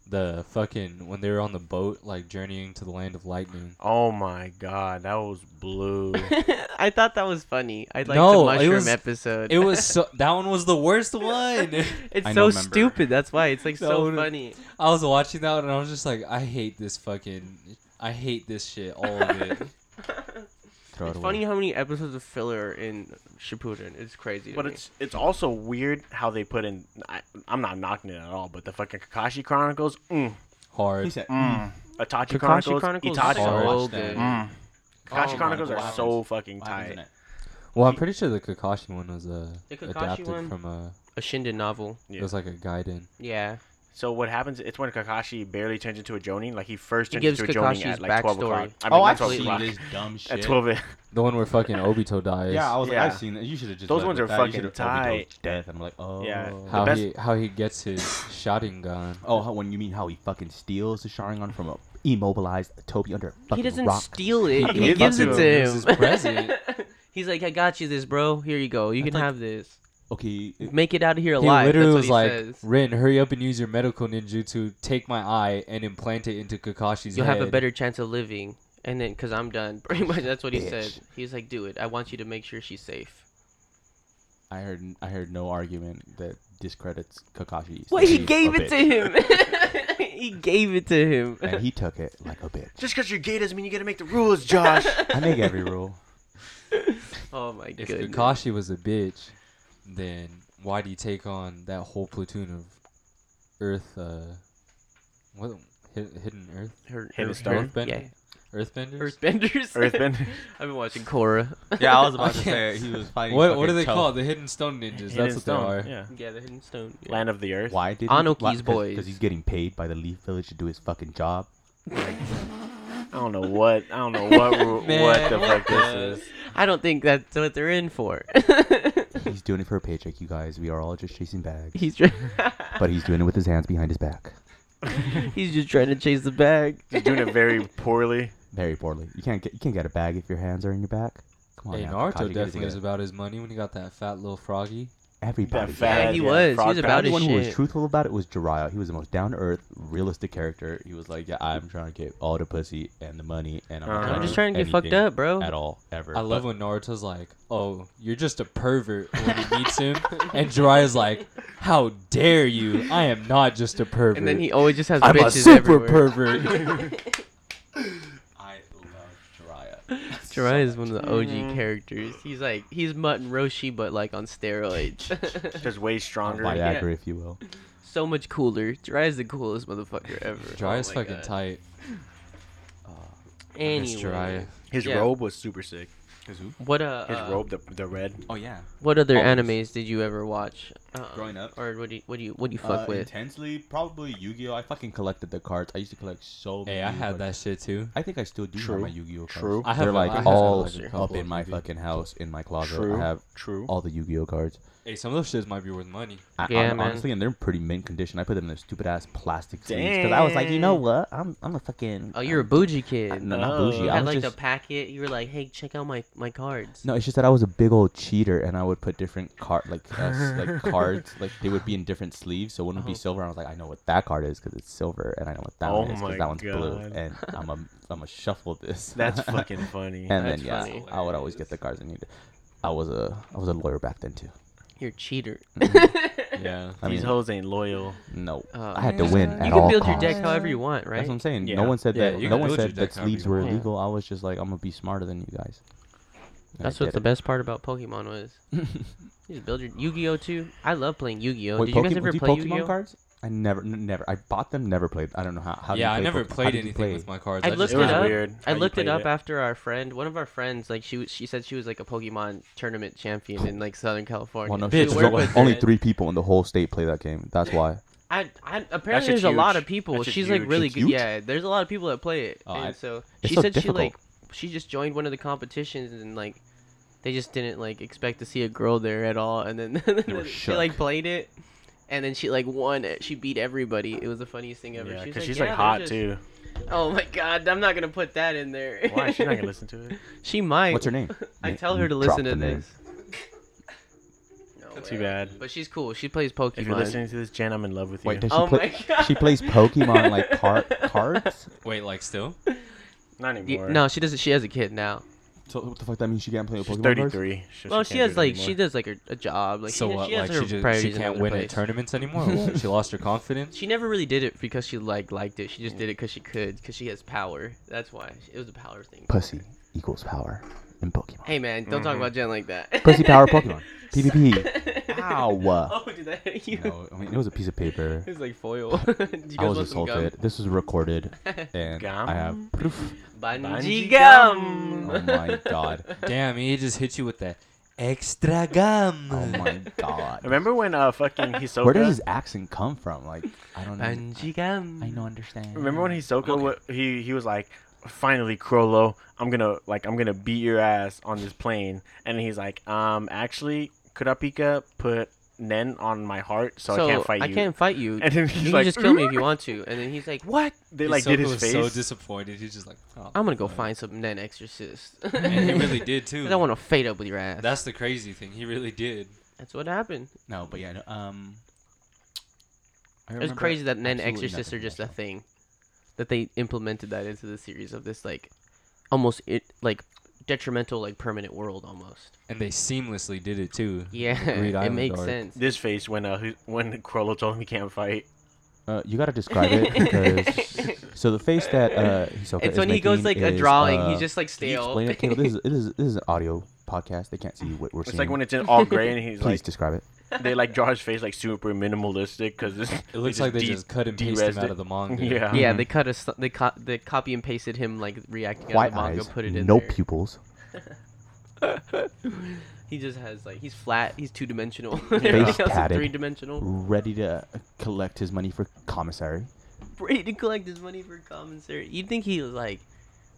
S1: The fucking when they were on the boat, like journeying to the land of lightning.
S3: Oh my god, that was (laughs) blue.
S2: (laughs) I thought that was funny. I like
S1: No,
S2: the
S1: it
S2: mushroom
S1: was-
S2: episode.
S1: It
S2: (laughs)
S1: was so that one was the worst one.
S2: It's
S4: I
S2: so
S4: know, remember.
S2: stupid. That's why
S1: (laughs)
S2: it's like
S1: That
S2: so
S1: one-
S2: funny.
S1: I was watching that one and I was just like, I hate this fucking, I hate this shit, all of it.
S4: Throw
S2: It's
S4: it away.
S2: funny how many episodes of filler are in Shippuden. It's crazy. to
S3: but
S2: me.
S3: it's it's also weird how they put in. I, I'm not knocking it at all, but the fucking Kakashi Chronicles, mm,
S4: He
S1: Hard.
S4: said,
S3: mm, Itachi
S2: Kakashi
S3: Chronicles,
S2: Chronicles Oh, is
S3: Itachi,
S2: so good.
S4: Watch that.
S3: mm. Kakashi
S2: my
S3: Chronicles
S4: Oh God.
S3: are so fucking
S4: "What happens in
S3: tight.
S4: it?"
S1: Well, I'm pretty sure the Kakashi one was uh,
S2: The Kakashi
S1: adapted
S2: one-
S1: from a.
S2: A Shinden novel.
S3: Yeah.
S1: It was like a Gaiden.
S2: Yeah.
S3: So what happens? It's when Kakashi barely turns into a Jonin. Like he first
S2: It
S3: turns
S2: gives
S3: into a Jonin
S2: Kakashi's
S3: at like twelve o'clock.
S2: backstory.
S3: I
S4: oh,
S3: not
S4: I've
S3: 12
S4: seen
S3: o'clock.
S4: this dumb shit.
S3: At twelve, it-
S1: The one where fucking Obito dies.
S4: Yeah, I was
S3: Yeah.
S4: like, I've seen that. You should have just.
S3: Those
S4: led
S3: ones
S4: with that.
S3: are
S4: You
S3: fucking
S4: should've overdosed
S3: tight.
S4: to Death. I'm like, oh.
S3: Yeah.
S1: How
S3: best-
S1: he how he gets his shotting gun.
S4: Oh, how, when you mean how he fucking steals the Sharingan from a immobilized Toby under a fucking
S2: He doesn't
S4: rock.
S2: steal it.
S3: He
S2: He,
S3: gives
S2: gives
S3: it
S2: it
S3: to
S1: him.
S2: to
S1: It's
S2: him.
S1: his present.
S2: (laughs) He's like, I got you this, bro. Here you go. You
S4: That's
S2: can
S4: like-
S2: have this.
S4: Okay. it-
S2: Make it out of here
S1: He
S2: alive.
S1: literally
S2: That's what
S1: was
S2: he
S1: like,
S2: says.
S1: "Rin, hurry up and use your medical ninjutsu. Take my eye and implant it into Kakashi's
S2: You'll
S1: head."
S2: have a better chance of living. And then, because I'm done. (laughs) Pretty much that's what he
S4: Bitch.
S2: said. He's like, do it. I want you to make sure she's safe.
S4: I heard. I heard no argument that discredits Kakashi.
S2: Well, he gave it to him. (laughs) he gave it to him.
S4: And he took it like a bitch.
S3: (laughs) just because you're gay doesn't mean you got to make the
S2: (laughs)
S3: rules, Josh.
S4: I make every rule.
S2: Oh my
S1: If
S2: goodness.
S1: Kakashi was a bitch, then why do you take on that whole platoon of Earth? Uh, what hid, hidden Earth?
S2: Her,
S3: Hit
S2: her,
S3: a stone?
S2: her,
S1: Earthbenders?
S2: yeah,
S1: Earthbenders?
S2: Earthbenders. (laughs)
S3: Earthbender.
S2: I've been watching Korra.
S4: Yeah, I
S1: (laughs)
S4: was
S1: about to say,
S4: he was fighting.
S1: what what are they called? The Hidden Stone Ninjas.
S3: Hidden
S1: That's what
S3: stone,
S1: they are.
S3: Yeah.
S2: Yeah, the Hidden Stone. Yeah.
S3: Land of the Earth.
S4: Why did
S2: Anoki's boys.
S4: Because he's getting paid by the Leaf Village to do his fucking job.
S3: I don't know what. I don't know what.
S2: (laughs)
S3: ru- what the
S1: Man,
S3: fuck this
S2: Uh,
S1: the-
S3: is.
S2: I don't think that's what they're in for. (laughs)
S4: He's doing it for a paycheck, you guys. We are all just
S2: (laughs)
S4: chasing bags.
S2: he's try-
S4: But he's doing it with his hands behind his back.
S2: he's just trying to chase the bag.
S3: He's doing it very poorly.
S4: Very poorly. You can't get you can't get a bag if your hands are in your back. Come on,
S1: Hey,
S4: now,
S1: Naruto
S4: Kakashi, get it
S1: definitely was
S4: together.
S1: about his money when he got that fat little froggy.
S4: everybody.
S3: That fat-
S2: yeah, he
S3: yeah,
S2: was. He
S3: frog
S2: was about
S3: pound.
S2: his
S4: Anyone
S2: shit.
S4: who was truthful about it was Jiraiya. He was the most down to earth, realistic character. He was like, "Yeah, I'm trying to get all the pussy and the money, and I'm, not
S3: Uh-huh.
S2: I'm just
S4: do
S2: trying to get fucked
S4: anything
S2: up, bro.
S4: at all ever."
S1: I love when Naruto's like, "Oh, you're just a pervert" when he meets him, (laughs) and Jiraiya's like, "How dare you? I am not just a pervert.
S2: And then he Oh always just has
S1: I'm a
S2: bitches
S1: super
S2: everywhere. (laughs)
S1: pervert."
S4: I love Jiraiya.
S2: Jiraiya is one of the OG characters. He's like he's Mutt and Roshi, but like on steroids. (laughs)
S3: Just way stronger.
S2: Oh, yeah.
S4: Viagra, if you will.
S2: so much cooler. Jiraiya's the coolest motherfucker ever.
S1: Jiraiya's
S2: Oh my
S1: fucking
S2: God.
S1: tight. I miss
S2: Anyway,
S1: Jiraiya.
S3: His
S2: Yeah.
S3: robe was super sick.
S4: Cause who?
S2: what uh,
S3: His
S2: uh,
S3: robe, the the red.
S4: Oh yeah.
S2: What other
S4: Always.
S2: animes did you ever watch? Uh,
S4: Growing up? Uh,
S2: or what do you what do you what do you fuck with?
S4: Intensely, probably Yu-Gi-Oh. I fucking collected the cards. I used to collect so many.
S1: Hey, I had that shit too.
S4: I think I still do
S3: True.
S4: have my Yu-Gi-Oh. Cards.
S3: True.
S1: I have
S4: They're
S1: a- I
S4: like
S1: have
S4: all
S1: like a
S4: up
S1: couple
S4: in
S1: of
S4: my
S1: Yu-Gi-Oh.
S4: fucking house in my closet.
S3: True.
S4: I have
S3: True.
S4: all the Yu-Gi-Oh cards.
S1: Hey, some of those shits might be worth money.
S4: I,
S2: Yeah,
S4: hon-
S2: man.
S4: honestly, and they're in pretty mint condition. I put them in their stupid ass plastic sleeves because I was like, you know
S3: Dang.
S4: what? I'm I'm a fucking.
S2: Oh, you're a
S4: I'm-
S2: bougie kid.
S4: I- No, not
S3: Oh.
S4: bougie.
S2: you
S4: I
S2: had
S4: was
S2: like
S4: just-
S2: the packet. You were like, hey, check out my my cards.
S4: No, it's just that I was a big old cheater, and I would put different card like uh, s- like cards like they would be in different sleeves. So one would be
S2: Oh.
S4: silver. and I was like, I know what that card is because it's silver, and I know what that
S3: Oh
S4: one is
S3: my
S4: because that one's blue.
S3: God.
S4: And I'm a I'm a shuffle this. (laughs)
S2: (laughs)
S3: That's fucking funny.
S4: and
S2: That's
S4: then yeah,
S2: funny.
S4: I would always get the cards I needed. I was a I was a lawyer back then too.
S2: You're a cheater.
S1: Yeah.
S4: I
S3: These
S4: mean,
S3: hoes ain't loyal.
S4: no,
S2: Oh.
S4: I had to win
S2: you
S4: at
S2: can
S4: all
S2: build your
S4: costs.
S2: deck however you want, right?
S4: That's what I'm saying.
S3: Yeah.
S4: No one said
S1: Yeah,
S4: that.
S1: you
S4: No
S1: can
S4: one
S1: build your
S4: said that
S1: deck however
S4: sleeves
S1: you
S4: were
S2: want.
S4: illegal. I was just like, I'm gonna be smarter than you guys. And I
S2: That's what's
S4: did
S2: the
S4: it.
S2: best part about Pokemon
S4: (laughs)
S2: was. You just build your Yu-Gi-Oh too. I love playing Yu-Gi-Oh.
S4: Wait,
S2: did you guys
S4: Pokemon-
S2: ever
S4: do you
S2: play
S4: Pokemon
S2: Yu-Gi-Oh?
S4: cards? I never, n- never. I bought them, never played. I don't know how. how do you
S1: yeah, I
S4: play
S1: never
S4: Pokemon? How
S1: played
S4: did you
S1: anything
S4: play?
S1: with my cards.
S2: I
S1: just
S2: looked
S3: it was
S1: kinda-
S2: it up.
S3: weird how
S2: I
S3: you
S2: looked it
S3: played
S2: up
S3: it.
S2: after our friend. One of our friends, like she, was- she said she was like a Pokemon tournament champion in like Southern California.
S4: Well, no,
S2: She
S4: shit,
S1: Bitch, work
S2: worked
S4: there's
S2: with
S4: only
S2: it.
S4: three people in the whole state play that game. That's why.
S2: I, I apparently
S3: shit's
S2: there's a lot
S3: huge.
S2: of people.
S3: That shit's
S2: She's
S3: huge.
S2: like really
S4: It's
S2: good.
S4: huge?
S2: Yeah, there's a lot of people that play it.
S4: Oh,
S2: and
S4: I-
S2: so
S4: it's
S2: she
S4: so
S2: said she
S4: difficult.
S2: like she just joined one of the competitions and like they just didn't like expect to see a girl there at all. And then (laughs)
S4: were
S2: she like
S4: shook.
S2: played it, and then she like won. It. She beat everybody. It was the funniest thing ever.
S3: Yeah,
S2: She was
S3: because she's like
S2: "Yeah, they're
S3: hot
S2: just-
S3: too.
S2: Oh my god, I'm not gonna put that in there.
S3: (laughs) Why? She's not gonna listen to it.
S2: (laughs) She might.
S4: What's her name?
S2: I
S4: Na-
S2: tell her to
S4: drop
S2: listen
S4: the
S2: to
S4: name.
S2: this. (laughs) No
S3: Too
S2: way.
S3: bad.
S2: But she's cool. She plays Pokemon.
S3: If you're listening to this, Jen, I'm in love with you.
S4: Wait, does she
S2: Oh
S4: play?
S2: my god.
S4: She plays Pokemon like car- cards.
S1: Wait, like still?
S3: Not
S2: Y-
S3: anymore.
S2: No, she doesn't. She has a kid now.
S4: So what the fuck that means? She can't play with
S3: she's
S4: Pokemon cards.
S3: 33. so
S2: well, she,
S3: can't do
S2: has
S3: it
S2: like she
S3: anymore.
S2: does like her, a job. Like
S1: so
S2: she,
S1: what?
S2: she
S1: like
S2: has her
S1: she just she
S2: priorities in
S1: can't
S2: other
S1: win at
S2: place. (laughs)
S1: tournaments anymore. or what? she lost her confidence.
S2: She never really did it because she like liked it. She just did it because she could, because she has power. That's why it was a power thing.
S4: Pussy equals power in Pokemon.
S2: Hey man, don't talk
S3: Mm-hmm.
S2: about Jen like that.
S4: Pussy power
S2: (laughs)
S3: (laughs)
S4: Pokemon. PvP. Ow.
S2: Oh, did that hit you? (laughs)
S4: No, I mean it was a piece of paper.
S2: It was like foil. (laughs) Do you guys
S4: I was
S2: want some gum?
S4: assaulted. This
S2: (laughs)
S4: was recorded, and
S3: Gum?
S4: I have proof.
S2: Bungee
S3: Bungee
S2: gum.
S4: Oh my god!
S2: (laughs)
S1: Damn, he just hit you with that Extra gum.
S3: (laughs)
S4: Oh
S1: (laughs)
S4: my god.
S3: Remember when uh fucking Hisoka?
S4: Where does his accent come from? Like I don't know.
S2: Banjigam.
S4: I don't understand.
S3: Remember when Hisoka wa he he was like, finally Krollo, I'm gonna like I'm gonna beat your ass on this plane, and he's like, um, actually, Kurapika put Nen on my heart, so, I can't fight you.
S2: I can't fight you.
S3: And then he's
S2: you
S3: like,
S2: can just kill me
S3: (laughs)
S2: if you want to. And then he's like,
S3: What? They like did
S1: Hisoka
S3: his
S1: was
S3: face.
S1: so disappointed. He's just like, oh.
S2: I'm gonna go find some Nen exorcist.
S1: and he
S2: (laughs)
S1: really did too.
S2: I don't want to fade up with your ass.
S1: That's the crazy thing. He really did.
S2: That's what happened.
S4: No, but yeah. no, Um.
S2: It's
S4: I remember
S2: crazy that Nen
S4: absolutely
S2: exorcists
S4: nothing
S2: are just a
S4: about that.
S2: thing. That they implemented that into the series of this like, almost it like detrimental like permanent world almost.
S1: And they seamlessly did it too.
S2: Yeah,
S1: Greed
S2: (laughs) it
S1: Island
S2: makes
S1: arc.
S2: sense.
S3: This face when uh Hi- when (laughs) Krollo told him he can't fight.
S4: Uh, you gotta describe
S2: (laughs)
S4: it because so the face that uh, Hisoka
S2: it's
S4: is
S2: when he goes like
S4: making
S2: a
S4: is,
S2: drawing.
S4: uh,
S2: he's just like
S4: Can you
S2: stale.
S4: explain it, Caleb? This is, this is this is an audio podcast. They can't see what we're
S3: It's
S4: seeing.
S3: like when it's in all gray and he's
S4: (laughs) Please
S3: like
S4: describe it.
S3: they like draw his face like super minimalistic because it
S1: It looks like they
S3: de-
S1: just cut and pasted him
S3: de-resed
S1: out
S3: it.
S1: of the
S4: (laughs)
S1: manga.
S2: (laughs)
S3: yeah
S2: yeah,
S4: Mm-hmm.
S2: they cut a s- they co- they copy and pasted him like reacting out
S4: White
S2: of the manga,
S4: eyes,
S2: put it in
S4: no
S2: there.
S4: pupils,
S2: He just has like he's flat. He's two
S4: (laughs)
S2: dimensional.
S4: Face padded.
S2: three dimensional.
S4: ready to collect his money for commissary.
S2: Ready to collect his money for commissary. You'd think he was like,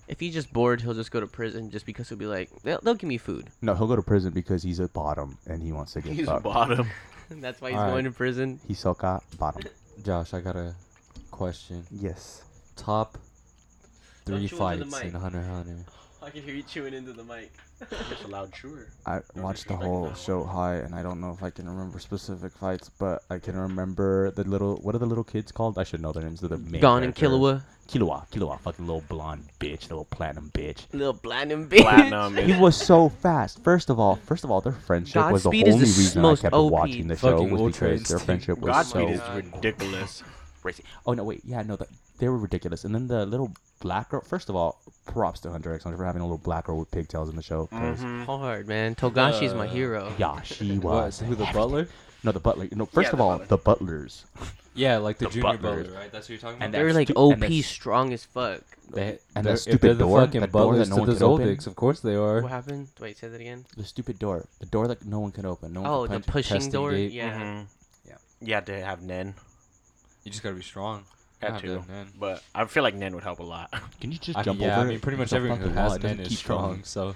S2: if he's just bored, he'll just go to prison just because he'll be like, they'll, they'll give me food. (laughs)
S4: No, he'll go to prison because he's a bottom and he wants to get
S3: (laughs) he's
S4: fucked.
S3: bottom.
S2: That's why he's
S1: Alright.
S2: going to prison.
S4: Hisoka bottom.
S1: Josh, I got a question.
S4: Yes.
S1: Top
S2: Don't
S1: three
S2: chew into the
S1: fights in
S2: mic.
S1: Hunter x Hunter.
S2: I can hear you chewing into the mic.
S3: Just a loud chewer.
S4: I watched the whole show high, and I don't know if I can remember specific fights, but I can remember the little. What are the little kids called? I should know their names. They're the main
S2: Gone and
S4: characters.
S2: Killua,
S4: Killua, Killua, fucking little blonde bitch, little platinum bitch.
S2: little platinum bitch.
S3: (laughs)
S4: (laughs)
S3: Platinum.
S4: He
S3: is-
S4: was so fast. First of all, first of all, their friendship was the
S2: Godspeed is
S4: only
S2: the
S4: reason I
S2: most
S4: kept
S2: OP.
S4: watching the show
S1: Fucking
S4: was
S1: Ultra
S4: because their
S1: Instinct.
S4: friendship was
S3: Godspeed
S4: so.
S3: is ridiculous.
S4: Oh no, wait, yeah, no, the, they were ridiculous. And then the little black girl. First of all, props to Hunter X Hunter for having a little black girl with pigtails in the show. 'cause,
S2: (laughs) Hard man. Togashi's my
S1: Uh,
S2: hero.
S4: Yeah, she
S1: What?
S4: was.
S1: Who the butler?
S4: No, the butler. No, first
S2: Yeah,
S4: of
S2: the
S4: all,
S2: butler.
S4: the butlers.
S1: Yeah, like the,
S4: The
S1: junior
S4: butler.
S1: butler, right? That's what you're talking
S4: And
S1: about.
S2: They're
S4: that
S2: like
S4: stu-
S2: OP,
S4: and that-
S2: strong as fuck.
S1: They,
S4: that
S1: they're- if
S4: stupid
S1: they're the
S4: door,
S1: fucking
S4: that door
S1: butlers
S4: that no
S1: to
S4: one
S1: the
S4: could open.
S1: Zoldics. Of course they are.
S2: What happened? Wait, say that again.
S4: The stupid door. The door that no one could open. No one
S2: Oh,
S4: could
S2: the
S4: punch.
S2: pushing
S1: testing
S2: door.
S1: gate.
S2: Yeah.
S3: Mm-hmm. Yeah. You had to have Nen.
S1: You just gotta be strong.
S3: Had
S1: Not
S3: to.
S1: them, man.
S3: But I feel like Nen would help
S4: (laughs)
S3: a lot.
S4: Can you just
S1: I mean,
S4: jump
S1: yeah,
S4: over
S1: I mean,
S4: it?
S1: pretty much
S4: It's a
S1: everyone who
S4: fucking wall.
S1: has
S4: It doesn't
S1: men is
S4: keep going.
S1: strong. So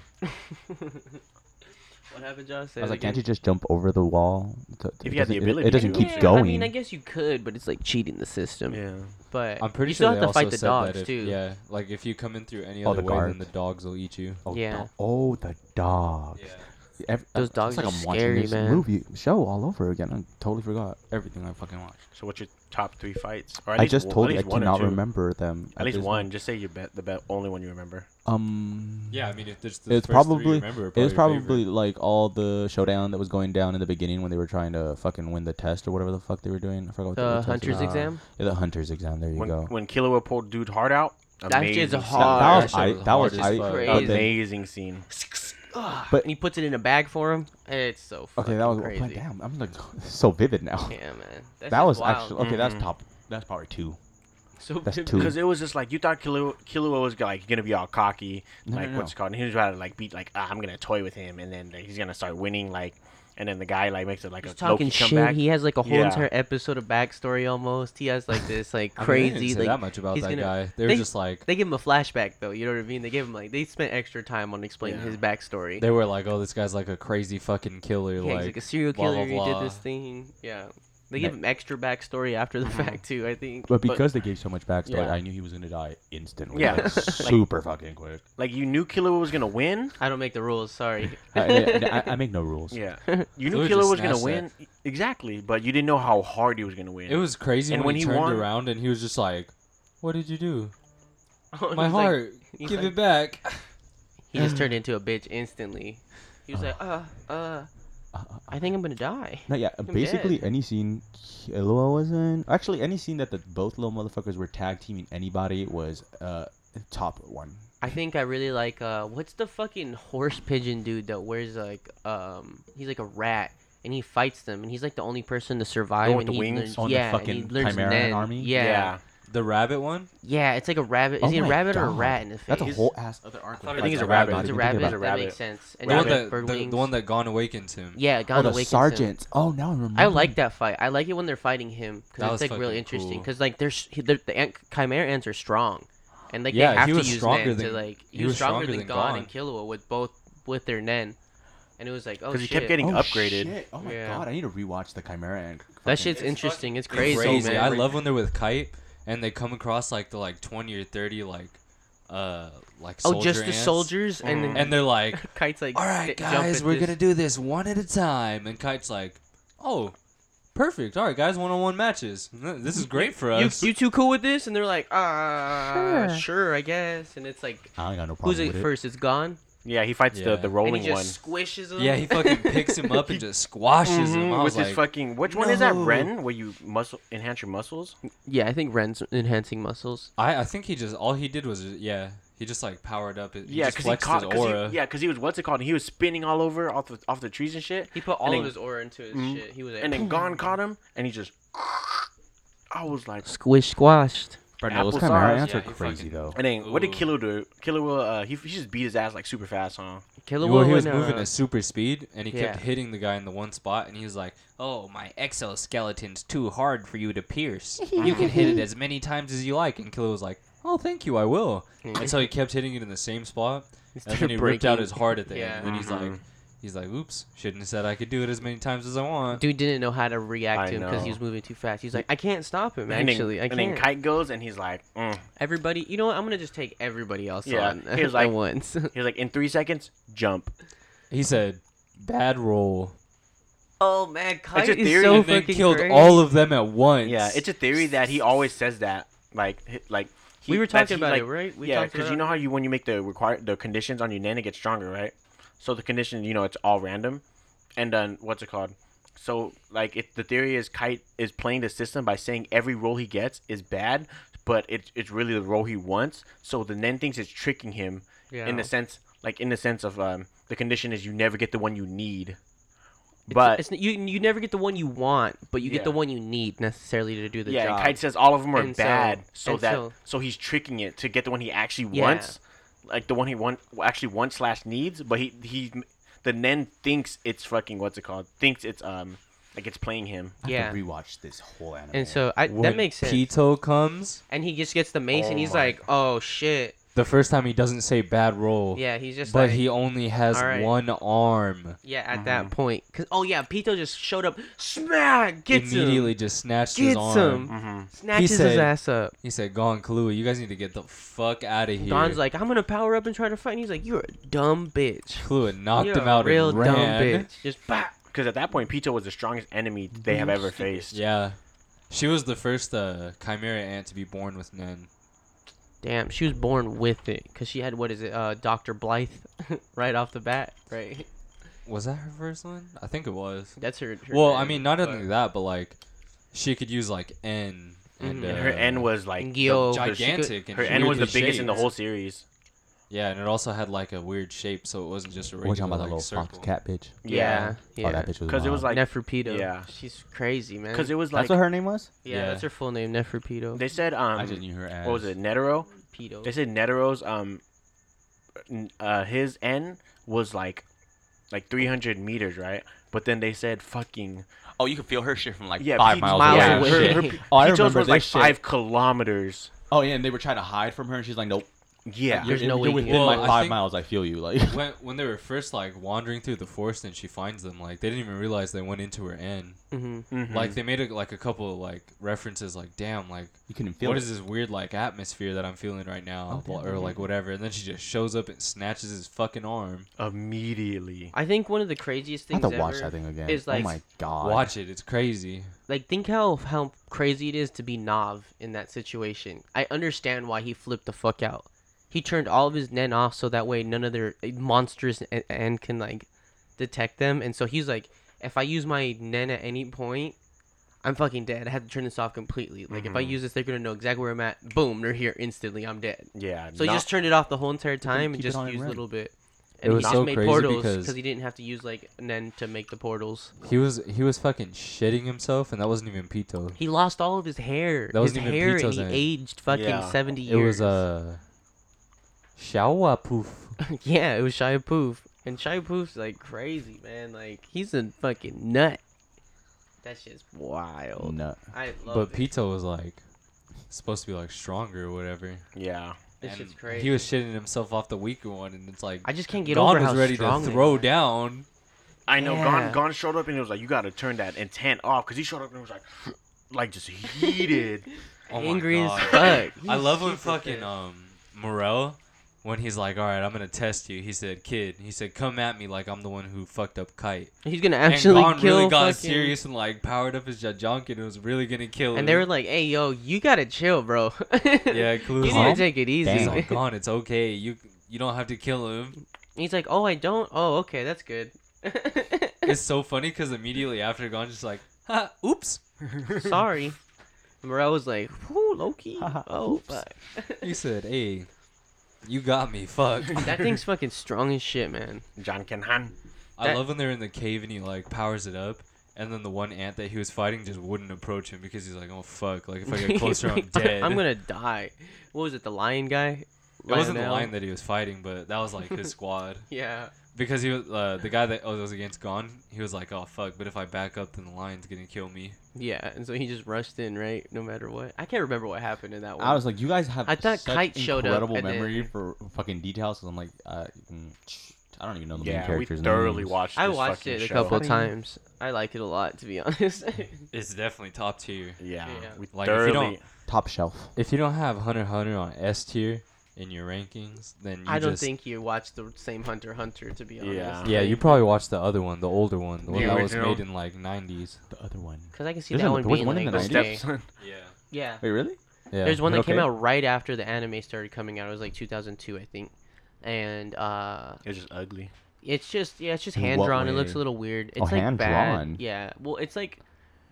S2: what happened, Josh? Say
S4: I was
S2: that
S4: like,
S2: again.
S4: can't you just jump over the wall? To, to-
S3: If
S4: it
S3: you had the
S4: doesn't- it-
S3: ability
S4: it,
S3: to
S4: doesn't
S3: do
S4: keep
S3: it.
S2: Yeah,
S4: going.
S2: I mean, I guess you could, but it's like cheating the system.
S3: yeah.
S2: But
S1: I'm pretty
S2: you
S1: sure they
S2: still have to
S1: also
S2: fight the
S1: said
S2: dogs
S1: that if-
S2: too.
S1: Yeah, like if you come in through any
S4: Oh,
S1: other
S4: the
S1: way,
S4: guards.
S1: then the dogs will eat you.
S4: oh,
S2: Yeah.
S4: do- oh, the dogs. Every,
S2: Those
S4: it's
S2: dogs
S4: like
S2: are
S4: I'm watching
S2: scary,
S4: this
S2: man.
S4: Movie show all over again. I totally forgot everything I fucking watched.
S3: So what's your top three fights? Or at
S4: I
S3: least
S4: just
S3: one- at
S4: told you I
S3: least one or
S4: cannot
S3: two.
S4: remember them.
S3: At least
S4: this
S3: one.
S4: moment.
S3: Just say your bet the bet only one you remember.
S4: Um.
S1: Yeah, I mean, if there's the
S4: It's
S1: first three you
S4: probably
S1: remember,
S4: it was
S1: probably your
S4: probably like all the showdown that was going down in the beginning when they were trying to fucking win the test or whatever the fuck they were doing. I forgot what
S2: The
S4: the test
S2: hunter's
S4: was.
S1: Uh,
S2: exam.
S4: Yeah, the hunter's exam. There you
S3: When
S4: go.
S3: when Killua pulled dude heart out.
S2: That shit's
S3: amazing
S2: hard.
S3: scene.
S1: favorite.
S4: That was
S1: the
S4: I- that was
S1: hardest fight.
S2: I- but
S1: But
S2: then-
S3: Amazing scene.
S2: But and he puts it in a bag for him. It's so fucking
S4: Okay, that was
S2: crazy.
S4: but damn. I'm like (laughs) so vivid now.
S2: Yeah, man. That's
S4: that
S2: just
S4: was
S2: wild.
S4: actually okay. That's
S3: Mhm.
S4: top. That's probably two.
S2: so
S4: that's
S2: big.
S4: two.
S3: Because it was just like you thought Killua, Killua was like gonna be all cocky,
S4: No,
S3: like
S4: no,
S3: what's it called, and he was trying to like beat like ah, I'm gonna toy with him, and then like, he's gonna start winning like, and then the guy like makes it like
S2: He's
S3: a Loki
S2: talking shit.
S3: comeback.
S2: He has like a whole
S3: Yeah.
S2: entire episode of backstory almost. He has like this like
S1: I mean, they didn't
S2: crazy
S1: say
S2: like
S1: that much about
S2: he's
S1: that
S2: gonna-
S1: guy. They were
S2: they-
S1: just like
S2: They give him a flashback though, you know what I mean? They give him like they spent extra time on explaining
S3: Yeah.
S2: his backstory.
S1: they were like, oh, this guy's like a crazy fucking killer.
S2: yeah, he's
S1: like,
S2: like a serial
S1: blah,
S2: killer.
S1: blah,
S2: He
S1: blah.
S2: did this thing. Yeah, they give him extra backstory after the fact too. I think.
S4: But because they gave so much backstory,
S3: Yeah.
S4: I knew he was gonna die instantly.
S3: Yeah.
S4: (laughs) like, super fucking quick.
S3: like you knew Killua was gonna win.
S2: I don't make the rules. Sorry. (laughs)
S4: I, I, I- I make no rules.
S3: Yeah, you knew
S1: Killua
S3: Killua
S1: just
S3: was gonna
S1: snatched
S3: win exactly, but you didn't know how hard he was gonna win.
S1: it was crazy
S3: And
S1: when,
S3: when
S1: he,
S3: he
S1: turned
S3: won-
S1: around and he was just like, what did you do?
S2: He's
S1: My
S2: like-
S1: heart,
S2: he's
S1: give
S2: like-
S1: it back.
S2: (laughs) He just turned into a bitch instantly. He was like, uh, uh,
S4: Mm. Uh, uh,
S2: I think I'm gonna die.
S4: No, yeah. Basically, any scene Killua was in, actually, any scene that the both little motherfuckers were tag teaming anybody was uh top one.
S2: I think I really like uh, what's the fucking horse pigeon dude that wears like um, he's like a rat and he fights them and he's like the only person to survive
S3: with
S2: and
S3: the
S2: he
S3: wings?
S2: learns
S4: On the
S2: yeah, and he
S4: fucking
S2: learns
S4: Chimera
S2: Nen.
S4: army?
S2: Yeah.
S1: The rabbit one?
S2: Yeah, it's like a rabbit. Is
S4: Oh
S2: he a
S4: my
S2: rabbit or a
S4: God.
S2: rat in the face?
S4: That's a whole ass other arc.
S1: thought it
S4: with
S3: I think
S4: that.
S3: it's a rabbit.
S2: It's a
S4: I've been
S2: rabbit.
S4: thinking
S2: That
S4: about
S3: rabbit.
S2: makes sense. And
S1: The one,
S3: Rabbit,
S1: that,
S2: bird
S1: the,
S2: wings.
S1: the one that Gone Awakens him.
S2: Yeah,
S4: Oh,
S2: Gone
S4: the
S2: Awakens. him.
S4: sergeants. Oh, now I remember.
S2: I like that fight. I like it when they're fighting him
S1: Mm-hmm. That
S2: because
S1: was
S2: it's like
S1: fucking
S2: really interesting.
S1: cool.
S2: Because like there's he- the, the ant, chimera ants are strong, and like
S1: Yeah,
S2: they have
S1: he
S2: to
S1: was
S2: use
S1: stronger
S2: Nen to
S1: than-
S2: like
S1: he
S2: he
S1: was
S2: was
S1: stronger
S2: stronger than
S1: than
S2: Gon
S1: Gon.
S2: and Killua with both with their Nen, and it was like oh
S3: Because
S2: shit.
S3: he kept getting
S4: Oh,
S3: upgraded.
S4: shit. Oh my
S2: Yeah.
S4: god, I need to rewatch the Chimera and
S2: that
S4: fucking-
S2: shit's
S1: It's
S2: interesting. It's
S1: It's
S2: crazy, man.
S1: I love when they're with Kite and they come across like the like twenty or thirty like uh like
S2: oh just the
S1: ants, Mm-hmm.
S2: soldiers and then
S1: and they're like,
S2: kites (laughs) like
S1: All right,
S2: st- jump
S1: guys,
S2: at
S1: we're
S2: this-
S1: gonna do this one at a time. And Kite's like, "Oh, perfect. All right, guys, one-on-one matches. (laughs) This is great for
S2: You,
S1: us."
S2: you two cool with this? And they're like, ah, sure, I guess. And it's like,
S4: I ain't got no
S2: who's
S4: problem
S2: it
S4: with it.
S2: first? It's gone.
S3: Yeah, he fights
S1: Yeah.
S3: the the
S2: And he
S3: rolling one.
S2: just squishes him.
S1: yeah, he fucking picks him up and just squashes him.
S3: Mhm,
S1: I was
S3: with
S1: like,
S3: his fucking which one is that
S1: "No."
S3: Ren where you muscle enhance your muscles?
S2: (laughs) Yeah, I think Ren's enhancing muscles.
S1: I, I think he just all he did was yeah, he just like powered up. It,
S3: Yeah,
S1: just
S3: because he
S1: flexed
S3: caught.
S1: his
S3: 'cause he-
S1: aura.
S3: yeah, because he was what's it called? He was spinning all over off the off the trees and shit.
S2: He put all
S3: And
S2: of
S3: then-
S2: his aura into his
S3: Mhm.
S2: shit. He was like,
S3: And (laughs) then Gon caught him, and he just. I was like,
S2: squish squashed.
S4: Bro, no, those
S3: Applesauce.
S4: Chimera ants
S1: Yeah,
S4: are
S1: he
S4: crazy
S1: fucking-
S4: though.
S3: and then what did
S1: Ooh.
S3: Killer do? Killer, uh, he, he just beat his ass like super fast, huh?
S2: Killer
S1: well, he was
S3: uh,
S1: moving at super speed, and he
S2: Yeah.
S1: kept hitting the guy in the one spot, and he was like, "Oh, my exoskeleton's too hard for you to pierce. You can
S3: (laughs)
S1: hit it as many times as you like." And Killer was like, "Oh, thank you, I will." And so he kept hitting it in the same spot, and then he ripped out his heart at the
S2: Yeah.
S1: end. And he's like,
S3: Mm-hmm.
S1: "He's like, oops, shouldn't have said I could do it as many times as I want."
S2: Dude didn't know how to react
S3: I
S2: to him because he
S3: know.
S2: was moving too fast. He's like, I can't stop him.
S3: And then-
S2: Actually, I
S3: and then
S2: can't.
S3: Kite goes, and he's like, mm.
S2: everybody, you know what? I'm gonna just take everybody else
S3: Yeah,
S2: on
S3: he
S2: at (laughs)
S3: was like- (laughs)
S2: once.
S3: he's like, in three seconds, jump.
S1: He said, "Bad roll,"
S2: oh man, Kite
S3: your
S2: is
S3: theory.
S2: so
S1: and then
S2: fucking
S1: killed
S2: crazy.
S1: all of them at once.
S3: Yeah, it's a theory that he always says that, like, hi- like. He,
S2: we were
S3: that's-
S2: talking
S3: he,
S2: about
S3: like,
S2: it, right? We
S3: yeah,
S2: talked
S3: because
S2: about
S3: you know
S2: it.
S3: how you when you make the require the conditions on your nen, it gets stronger, right? So the condition, you know, it's all random, and then what's it called? So like, it, the theory is Kite is playing the system by saying every roll he gets is bad, but it's it's really the roll he wants. So the nen thinks it's tricking him
S2: yeah.
S3: in the sense, like in the sense of um, the condition is you never get the one you need,
S2: It's-
S3: but.
S2: it's, you you never get the one you want, but you get the
S3: Yeah.
S2: one you need necessarily to do the
S3: yeah,
S2: job.
S3: and Kite says all of them are
S2: And so-
S3: bad, so,
S2: and
S3: that
S2: so-
S3: so, he's tricking it to get the one he actually
S2: Yeah.
S3: wants, like the one he want well, actually wants slash needs. But he he the Nen thinks it's fucking what's it called? Thinks it's um like it's playing him.
S4: I
S2: yeah.
S4: have to rewatch this whole anime.
S2: and so I, that
S1: When
S2: makes sense.
S1: Pito comes
S2: and he just gets the mace, and
S3: Oh
S2: he's
S3: my
S2: like, "Oh shit!"
S1: the first time. He doesn't say "bad roll."
S2: Yeah, he's just
S1: But
S2: like,
S1: he only has
S2: All right.
S1: one arm.
S2: yeah, at that
S1: Mm-hmm.
S2: point, cause oh yeah, Pito just showed up, smack, gets
S1: Immediately
S2: him,
S1: just snatched his
S2: gets
S1: arm.
S2: him,
S3: Mm-hmm.
S2: snatches his
S1: said-
S2: ass up.
S1: He said, "Gon Kalua, you guys need to get the fuck out of here."
S2: Don's like, "I'm gonna power up and try to fight." And he's like, "You're a dumb bitch."
S1: Kalua knocked
S2: You're
S1: him
S2: a
S1: out
S2: real
S1: and
S2: dumb
S1: ran.
S2: bitch. Just bah.
S3: Because at that point, Pito was the strongest enemy they have ever faced.
S1: Yeah, she was the first uh, Chimera ant to be born with Nen.
S2: Damn, she was born with it, cause she had what is it, uh, Doctor Blythe, (laughs) right off the bat, right?
S1: Was that her first one? I think it was.
S2: That's her. her
S1: well, I
S2: name,
S1: mean, not
S2: but-
S1: only that, but like, she could use like N and,
S2: Mhm.
S1: uh,
S3: And her N was like the-
S2: Gyo. Oh, but she could-
S1: gigantic. and
S3: her N was the
S1: weirdly
S3: biggest in the
S1: shaped.
S3: whole series.
S1: Yeah, and it also had like a weird shape, so it wasn't just a
S4: we're talking
S1: regular
S4: about that
S1: like
S4: little
S1: circle.
S4: fox cat bitch.
S2: Yeah, yeah.
S4: Oh, that bitch was.
S3: Because it was
S4: wild.
S3: like
S2: Neferpito.
S3: yeah.
S2: she's crazy, man.
S3: because it was like
S4: that's what her name was.
S2: yeah, that's her full name, Neferpito.
S3: they said um
S4: I just knew her as.
S3: what was it Netero?
S2: Pito.
S3: They said Netero's um n- uh his N was like like 300 meters, right? But then they said fucking
S4: Oh, you could feel her shit from like
S3: yeah,
S4: five
S3: Peach-
S4: miles,
S2: miles
S4: away.
S2: away.
S3: Her,
S2: Yeah.
S3: her,
S2: Shit.
S4: (laughs) Oh, I
S3: Peach's
S4: remember
S3: was like
S4: this shit.
S3: five kilometers.
S4: Oh yeah, and they were trying to hide from her, and she's like, "Nope,
S3: Yeah,
S2: You're- There's no way
S4: you're
S2: you can-
S4: within
S1: Well,
S4: my
S1: I
S4: five
S1: think-
S4: miles. I feel you." Like, (laughs)
S1: when when they were first like wandering through the forest and she finds them, like they didn't even realize they went into her N.
S2: hmm
S3: Mhm.
S1: Like they made a, like a couple of like references, like damn, like
S4: You couldn't feel
S1: what
S4: it.
S1: is this weird like atmosphere that I'm feeling right now,
S4: Oh,
S1: blah-
S4: damn,
S1: or
S4: yeah.
S1: like whatever. And then she just shows up and snatches his fucking arm.
S3: immediately.
S2: I think one of the craziest
S4: I have
S2: things
S4: to
S2: ever
S4: watch that thing again.
S2: is,
S4: oh
S2: like,
S4: my god!
S1: Watch it, it's crazy.
S2: like think how how crazy it is to be Nav in that situation. I understand why he flipped the fuck out. He turned all of his Nen off so that way none of their eh, monsters and, and can like detect them. And so he's like, if I use my Nen at any point, I'm fucking dead. I have to turn this off completely. Like if I
S4: Mm-hmm.
S3: Mhm.
S2: use this, they're gonna know exactly where I'm at. Boom, they're here instantly. I'm dead.
S3: Yeah,
S2: So he
S3: not-
S2: just turned it off the whole entire time and
S4: keep it
S2: just
S4: on in
S2: used a
S4: red.
S2: little bit. and
S1: It
S2: he
S1: was
S2: just
S1: so
S2: made
S1: crazy
S2: portals
S1: because-
S2: he didn't have to use like Nen to make the portals.
S1: He was he was fucking shitting himself, and that wasn't even Pito.
S2: He lost all of his hair.
S1: That wasn't
S2: his
S1: even
S2: hair, and
S1: Pito's
S2: he
S1: hair.
S2: aged fucking
S3: Yeah.
S2: seventy
S1: It was
S2: years.
S1: uh, Shawa Poof.
S2: (laughs) yeah, it was Shia Poof, and Shia Poof's like crazy man. Like he's a fucking nut. That shit's wild.
S4: Nut.
S2: I love
S1: But
S2: it.
S1: Pito was like supposed to be like stronger or whatever.
S3: Yeah.
S2: This
S1: and
S2: shit's crazy.
S1: He was shitting himself off the weaker one, and it's like
S2: I just can't get
S1: Gon
S2: over
S1: was
S2: how
S1: ready to
S2: strong they
S1: throw
S2: are.
S1: down.
S3: I know.
S2: Yeah.
S3: Gon Gon showed up and he was like, "You got to turn that intent off," because he showed up and was like, (laughs) like just heated.
S1: Oh my
S2: angry as
S1: God.
S2: fuck.
S1: I
S2: He's
S1: love when
S2: super
S1: fucking
S2: pissed.
S1: um Morel when he's like, "All right, I'm gonna test you." He said, "Kid," he said, "Come at me like I'm the one who fucked up Kite."
S2: He's gonna
S1: Actually,
S2: actually
S1: and Gon
S2: kill
S1: really got
S2: fucking-
S1: serious and like powered up his Jajunk and was really gonna kill.
S2: And they were
S1: him.
S2: like, "Hey, yo, you gotta chill, bro. (laughs)
S1: "Yeah,
S2: you
S1: Clue's
S2: need
S1: like,
S2: to take it
S1: he's
S2: easy." (laughs)
S1: like, Gon, it's okay. You you don't have to kill him."
S2: He's like, "Oh, I don't. Oh, okay, that's good." (laughs)
S1: It's so funny because immediately after Gon just like, ha, "Oops."
S2: Sorry. And Morel was like, "Whoo,
S1: (laughs)
S2: Loki. Oh,
S4: Oops.
S2: fuck.
S1: He said, "Hey, you got me.
S2: (laughs)
S1: Fuck."
S2: that thing's fucking strong as
S1: (laughs)
S2: shit, man."
S3: (laughs) John Kenhan.
S1: I
S2: That-
S1: love when they're in the cave and he like powers it up, and then the one ant that he was fighting just wouldn't approach him because he's like, "Oh fuck! Like if I
S2: (laughs)
S1: get
S2: He's
S1: closer, I'm
S2: like,
S1: dead."
S2: I'm gonna die. What was it? The lion guy.
S1: It wasn't the
S2: Lionel?
S1: lion that he was fighting, but that was like
S2: (laughs)
S1: his squad
S2: Yeah.
S1: because he was uh, the guy that oh, that was against Gon. He was like, "Oh fuck! But if I back up, then the lion's gonna kill me."
S2: Yeah, and so he just rushed in, right? No matter what. I can't remember what happened in that one.
S4: I was like, you guys have
S2: I thought
S4: such
S2: Kite showed up
S4: incredible
S2: and
S4: memory
S2: then-
S4: for fucking details. 'cause I'm like, uh, mm, I don't even know the main
S3: Yeah, we
S4: characters.
S3: thoroughly
S4: names.
S3: watched.
S2: I
S3: this
S2: watched
S3: fucking
S2: it a
S3: show.
S2: couple
S4: How do you-
S2: times. I like it a lot, to be (laughs) honest.
S1: It's definitely top tier.
S3: Yeah,
S2: Yeah.
S3: we
S1: Like, if you
S3: thoroughly.
S1: don't-
S4: Top shelf.
S1: If you don't have Hunter x Hunter on S tier in your rankings, then you
S2: I don't
S1: just-
S2: think you watched the same Hunter x Hunter, to be honest.
S3: Yeah.
S1: Yeah, you probably watched the other one, the older one, the one
S3: The
S1: that was
S3: original?
S1: made in like '90s.
S4: The other one.
S2: Because I can see
S4: There's
S2: that
S4: a-
S2: one
S4: there was
S2: being
S4: one
S2: like,
S4: in
S3: the
S4: the
S2: okay.
S3: steps.
S1: (laughs)
S3: (laughs)
S1: Yeah.
S2: Yeah.
S4: Wait, really?
S1: Yeah.
S2: There's one that came
S4: Okay.
S2: out right after the anime started coming out. It was like 2002, I think. And uh,
S3: It's just ugly.
S2: it's just yeah, it's just
S4: In
S2: hand
S4: what
S2: drawn. It looks
S4: way?
S2: a little weird. It's
S4: Oh,
S2: like
S4: hand-drawn?
S2: bad. Yeah. Well, it's like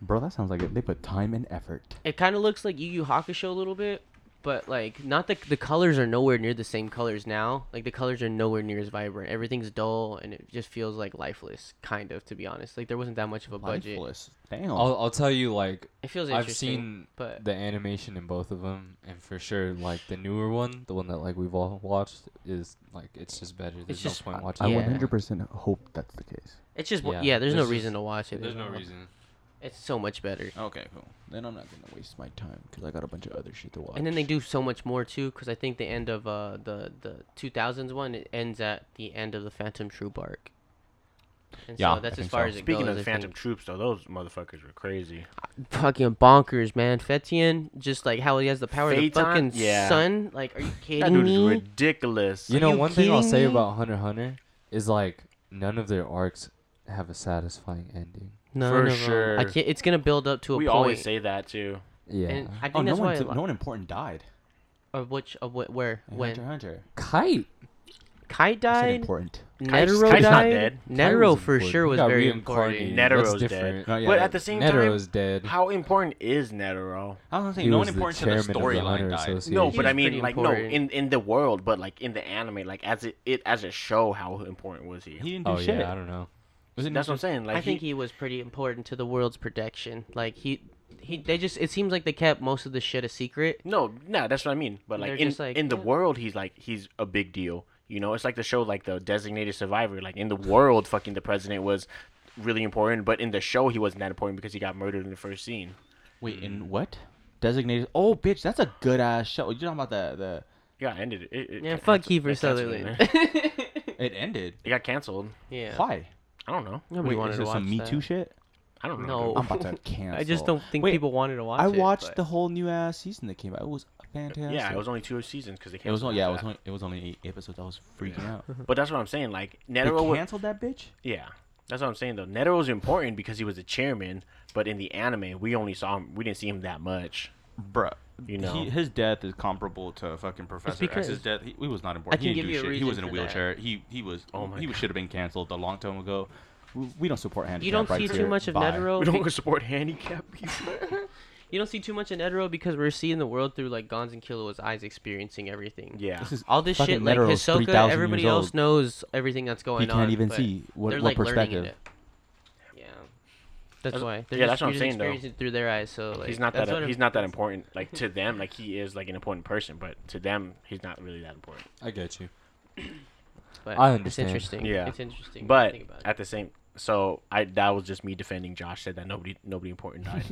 S4: Bro, that sounds like it. they put time and effort.
S2: it kind of looks like Yu Yu Hakusho a little bit, but like not the the colors are nowhere near the same colors now. Like the colors are nowhere near as vibrant. Everything's dull and it just feels like lifeless, kind of to be honest. Like there wasn't that much of a budget.
S4: Lifeless. Damn.
S1: I'll, I'll tell you like
S2: It feels
S1: I've
S2: Oh. interesting.
S1: seen
S2: but
S1: the animation in both of them, and for sure, like the newer one, the one that like we've all watched, is like it's just better. There's
S2: It's just-
S1: no point watching.
S4: I
S1: the
S2: Yeah.
S1: other one.
S4: 100% hope that's the case.
S2: it's just
S1: yeah,
S2: yeah. there's,
S1: there's
S2: no reason
S1: just-
S2: to watch it.
S1: There's no reason.
S2: It's so much better.
S4: Okay, cool. Then I'm not gonna waste my time because I got a bunch of other shit to watch.
S2: And then they do so much more too, because I think the end of uh, the the 2000s one it ends at the end of the Phantom Troop arc. And
S4: Yeah,
S2: so that's
S4: I
S2: as
S4: think
S2: far
S4: so.
S2: as it
S3: Speaking
S2: goes.
S3: of
S2: I
S3: the Phantom
S2: think.
S3: Troops, though, those motherfuckers were crazy.
S2: fucking bonkers, man. Fetian, just like how he has the power of the
S3: Phaeton?
S2: fucking
S3: Yeah.
S2: sun. Like, are you
S3: That
S2: kidding
S3: dude
S2: me?
S3: is ridiculous.
S1: You know,
S2: you
S1: one thing I'll
S2: kidding
S1: say
S2: me?
S1: about Hunter x Hunter is like none of their arcs have a satisfying ending.
S2: no,
S3: For
S2: no, no.
S3: sure.
S2: I can't, it's gonna build up to a
S3: we
S2: point.
S3: always say that too.
S1: Yeah.
S2: And I think
S4: oh, no
S2: that's why.
S4: one,
S2: a
S4: t-
S2: lot-
S4: no one important died.
S2: Of which? Of what? Where?
S4: in
S2: when?
S4: Hunter x Hunter.
S1: Kite.
S2: Kai
S4: I said
S2: died.
S4: important.
S3: Kai's-
S2: Netero died.
S3: Kai's not dead.
S1: Kite
S2: Netero
S1: was
S2: for
S1: important.
S2: sure
S1: He
S2: was
S1: got
S2: very
S1: reincarnated.
S2: important.
S3: Netero's
S1: That's
S3: dead.
S1: different.
S4: No, yeah,
S3: but
S4: that-
S3: at the same
S1: Netero's dead.
S3: time, how important is Netero?
S4: I was gonna say
S1: He
S4: no
S1: was
S4: one
S1: the
S4: important to the
S1: chairman of the Hunter
S4: storyline died.
S1: Association.
S3: No,
S2: He
S3: but
S2: was
S3: I mean,
S2: pretty
S3: like,
S2: important.
S3: no, in in the world, but like in the anime, like as it, it as a show, how important was he?
S4: He didn't do
S1: Oh
S4: shit.
S1: yeah, I don't know.
S4: Was it
S3: That's what I'm
S4: just-
S3: saying. Like,
S2: I think he was pretty important to the world's protection. Like he, he, they just. It seems like they kept most of the shit a secret.
S3: No, no, that's what I mean. But
S2: They're
S3: like in
S2: just like,
S3: in the
S2: yeah.
S3: world, he's like he's a big deal. You know, it's like the show like the Designated Survivor. Like in the world, fucking the president was really important, but in the show, he wasn't that important because he got murdered in the first scene.
S4: Wait, in what? Designated. Oh, bitch, that's a good ass show. You're talking about the
S3: Yeah, I ended it. it, it
S2: Yeah,
S3: got
S2: fuck
S3: canceled-
S2: Kiefer
S3: it canceled in
S2: Sutherland.
S3: there.
S4: the. It ended.
S3: (laughs) It got canceled.
S2: yeah.
S4: Why?
S3: I don't know.
S2: Nobody
S4: Wait,
S2: wanted
S4: is
S2: to
S4: there
S2: watch
S4: some Me
S2: that. (laughs)
S4: Too shit?
S3: I don't
S2: No.
S3: know.
S4: I'm about to cancel.
S2: I just don't think
S4: Wait,
S2: people wanted to watch
S4: I
S2: it.
S4: watched
S2: but-
S4: the whole new ass season that came out. It was fantastic.
S3: Yeah, it was only two seasons because they
S4: It was
S3: canceled.
S4: only yeah, it
S3: after
S4: was
S3: that.
S4: only it was only eight episodes. I was freaking (laughs) out.
S3: But that's what I'm saying. Like
S4: They
S3: Netero was.
S4: canceled that bitch.
S3: Yeah, that's what I'm saying though. Netero was important because he was the chairman, but in the anime, we only saw him. We didn't see him that much.
S4: Bruh.
S3: You know.
S4: he, his death is comparable to fucking Professor X's
S2: because-
S4: death. He, he was not important.
S2: I
S4: He
S2: can
S4: didn't do
S2: give you a
S4: shit. He was in
S2: reason
S4: a
S2: for that.
S4: wheelchair. He he was
S3: Oh my
S4: he
S3: God.
S4: should have been canceled a long time ago. We, we don't support handicap
S2: You don't see
S4: rights
S2: too
S4: here.
S2: much of
S4: Bye.
S2: Netero.
S3: we don't
S2: be-
S3: want to support handicapped people.
S2: You don't see too much in Edro because we're seeing the world through like Gonz and Killua's eyes, experiencing everything.
S3: (laughs) Yeah.
S4: This is
S2: All this
S4: Fucking
S2: shit, like
S4: Edo's
S2: Hisoka,
S4: 3,000 years
S2: everybody
S4: old.
S2: else knows everything that's going
S4: he
S2: on.
S4: can't even
S2: but
S4: see what,
S2: they're,
S4: what
S2: like, learning
S4: perspective.
S2: it. Yeah. That's,
S3: That's-
S2: why. They're
S3: yeah,
S2: just,
S3: that's
S2: you're
S3: what I'm
S2: just
S3: saying, though.
S2: experiencing it through their eyes. So like,
S3: he's not
S2: that's
S3: that
S2: what
S3: he's
S2: I'm-
S3: not that important like to them like he is like an important person but to them he's not really that important
S1: I get you.
S2: but
S1: I
S2: It's
S1: understand.
S2: interesting.
S3: Yeah.
S2: It's interesting. when you
S3: but
S2: think about it.
S3: at the same so i that was just me defending josh said that nobody nobody
S4: (laughs)
S3: important died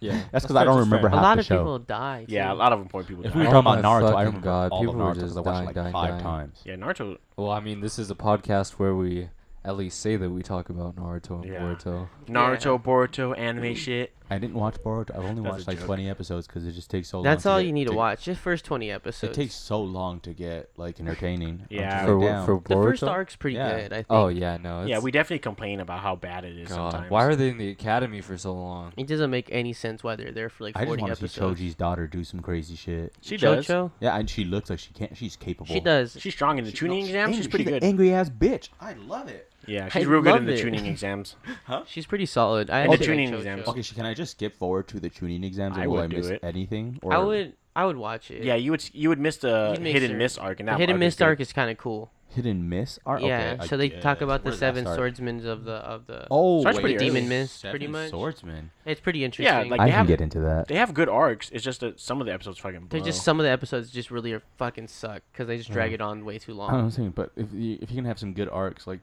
S1: Yeah,
S4: That's 'cause I don't remember
S2: a
S4: half
S2: lot
S4: the
S2: of
S4: show.
S2: people die.
S3: yeah a
S2: too.
S3: lot of important people
S4: If
S3: died.
S4: we were
S1: Oh
S4: talking about
S1: my
S4: Naruto, I
S1: fucking
S4: remember
S1: God,
S4: all of
S1: people were
S4: Naruto
S1: just
S4: I watched it, like
S1: dying, dying,
S4: five
S1: dying.
S4: times.
S3: yeah naruto
S1: Well, I mean, this is a podcast where we at least say that we talk about Naruto and
S3: Yeah.
S1: Boruto.
S3: naruto boruto anime shit
S4: I didn't watch Boruto. I've only
S3: That's a
S4: watched like
S3: joke.
S4: 20 episodes because it just takes so long.
S2: That's
S4: to
S2: all
S4: get-
S2: you need to
S4: to-
S2: watch. Just first 20 episodes.
S4: It takes so long to get like entertaining. I'm
S3: Yeah.
S4: just
S1: For
S4: like,
S1: what?
S4: damn.
S1: For
S2: The first
S1: Boruto?
S2: arc's pretty
S4: Yeah.
S2: good, I think.
S1: Oh yeah, no.
S3: yeah
S1: it's-
S3: we definitely complain about how bad it is
S1: God,
S3: sometimes
S1: why are they in the academy for so long?
S2: It doesn't make any sense why they're there for like
S4: I
S2: 40
S4: just want to see
S2: episodes.
S4: Choji's daughter do some crazy shit.
S3: she does
S2: Chocho?
S4: Yeah, and she looks like she can't. She's capable.
S2: She does.
S3: she's strong in the tuning exam she's pretty good
S4: Angry ass bitch. I love it.
S3: yeah
S2: I
S3: she's real good
S2: love
S3: in the
S2: it. (laughs)
S3: tuning exams
S2: She's pretty solid. I
S3: And
S4: Oh,
S3: the
S2: actually like
S3: tuning
S2: Chocho.
S3: exams.
S4: Okay, sh- can I just skip forward to the tuning exams?
S3: I
S4: Or will
S3: would
S4: I
S3: do
S4: miss
S3: it.
S4: anything? Or
S2: I would I would watch it.
S3: yeah you would you would miss the
S2: You'd miss
S3: hidden
S2: her.
S3: miss arc and
S2: The
S3: that
S2: Hidden
S3: is
S2: Mist
S3: good.
S2: arc is kind of cool.
S4: hit and miss? Are,
S2: yeah,
S4: okay, I
S2: so they talk
S4: guess.
S2: about the
S4: Where did that
S2: seven
S4: start?
S2: swordsmen of the of the.
S4: Oh,
S3: Starts
S4: wait,
S3: pretty
S2: Demon
S4: there's
S2: Mist,
S4: seven
S2: pretty much.
S4: Swordsman.
S2: It's pretty interesting.
S3: like,
S4: I
S3: they
S4: can
S3: have-
S4: get into that.
S3: they have good arcs it's just that some of the episodes fucking blow.
S2: They're just some of the episodes just really are fucking suck because they just drag
S4: Mm.
S2: it on way too
S4: I don't know
S2: long.
S4: what I'm saying, but if you, if you can have some good arcs, like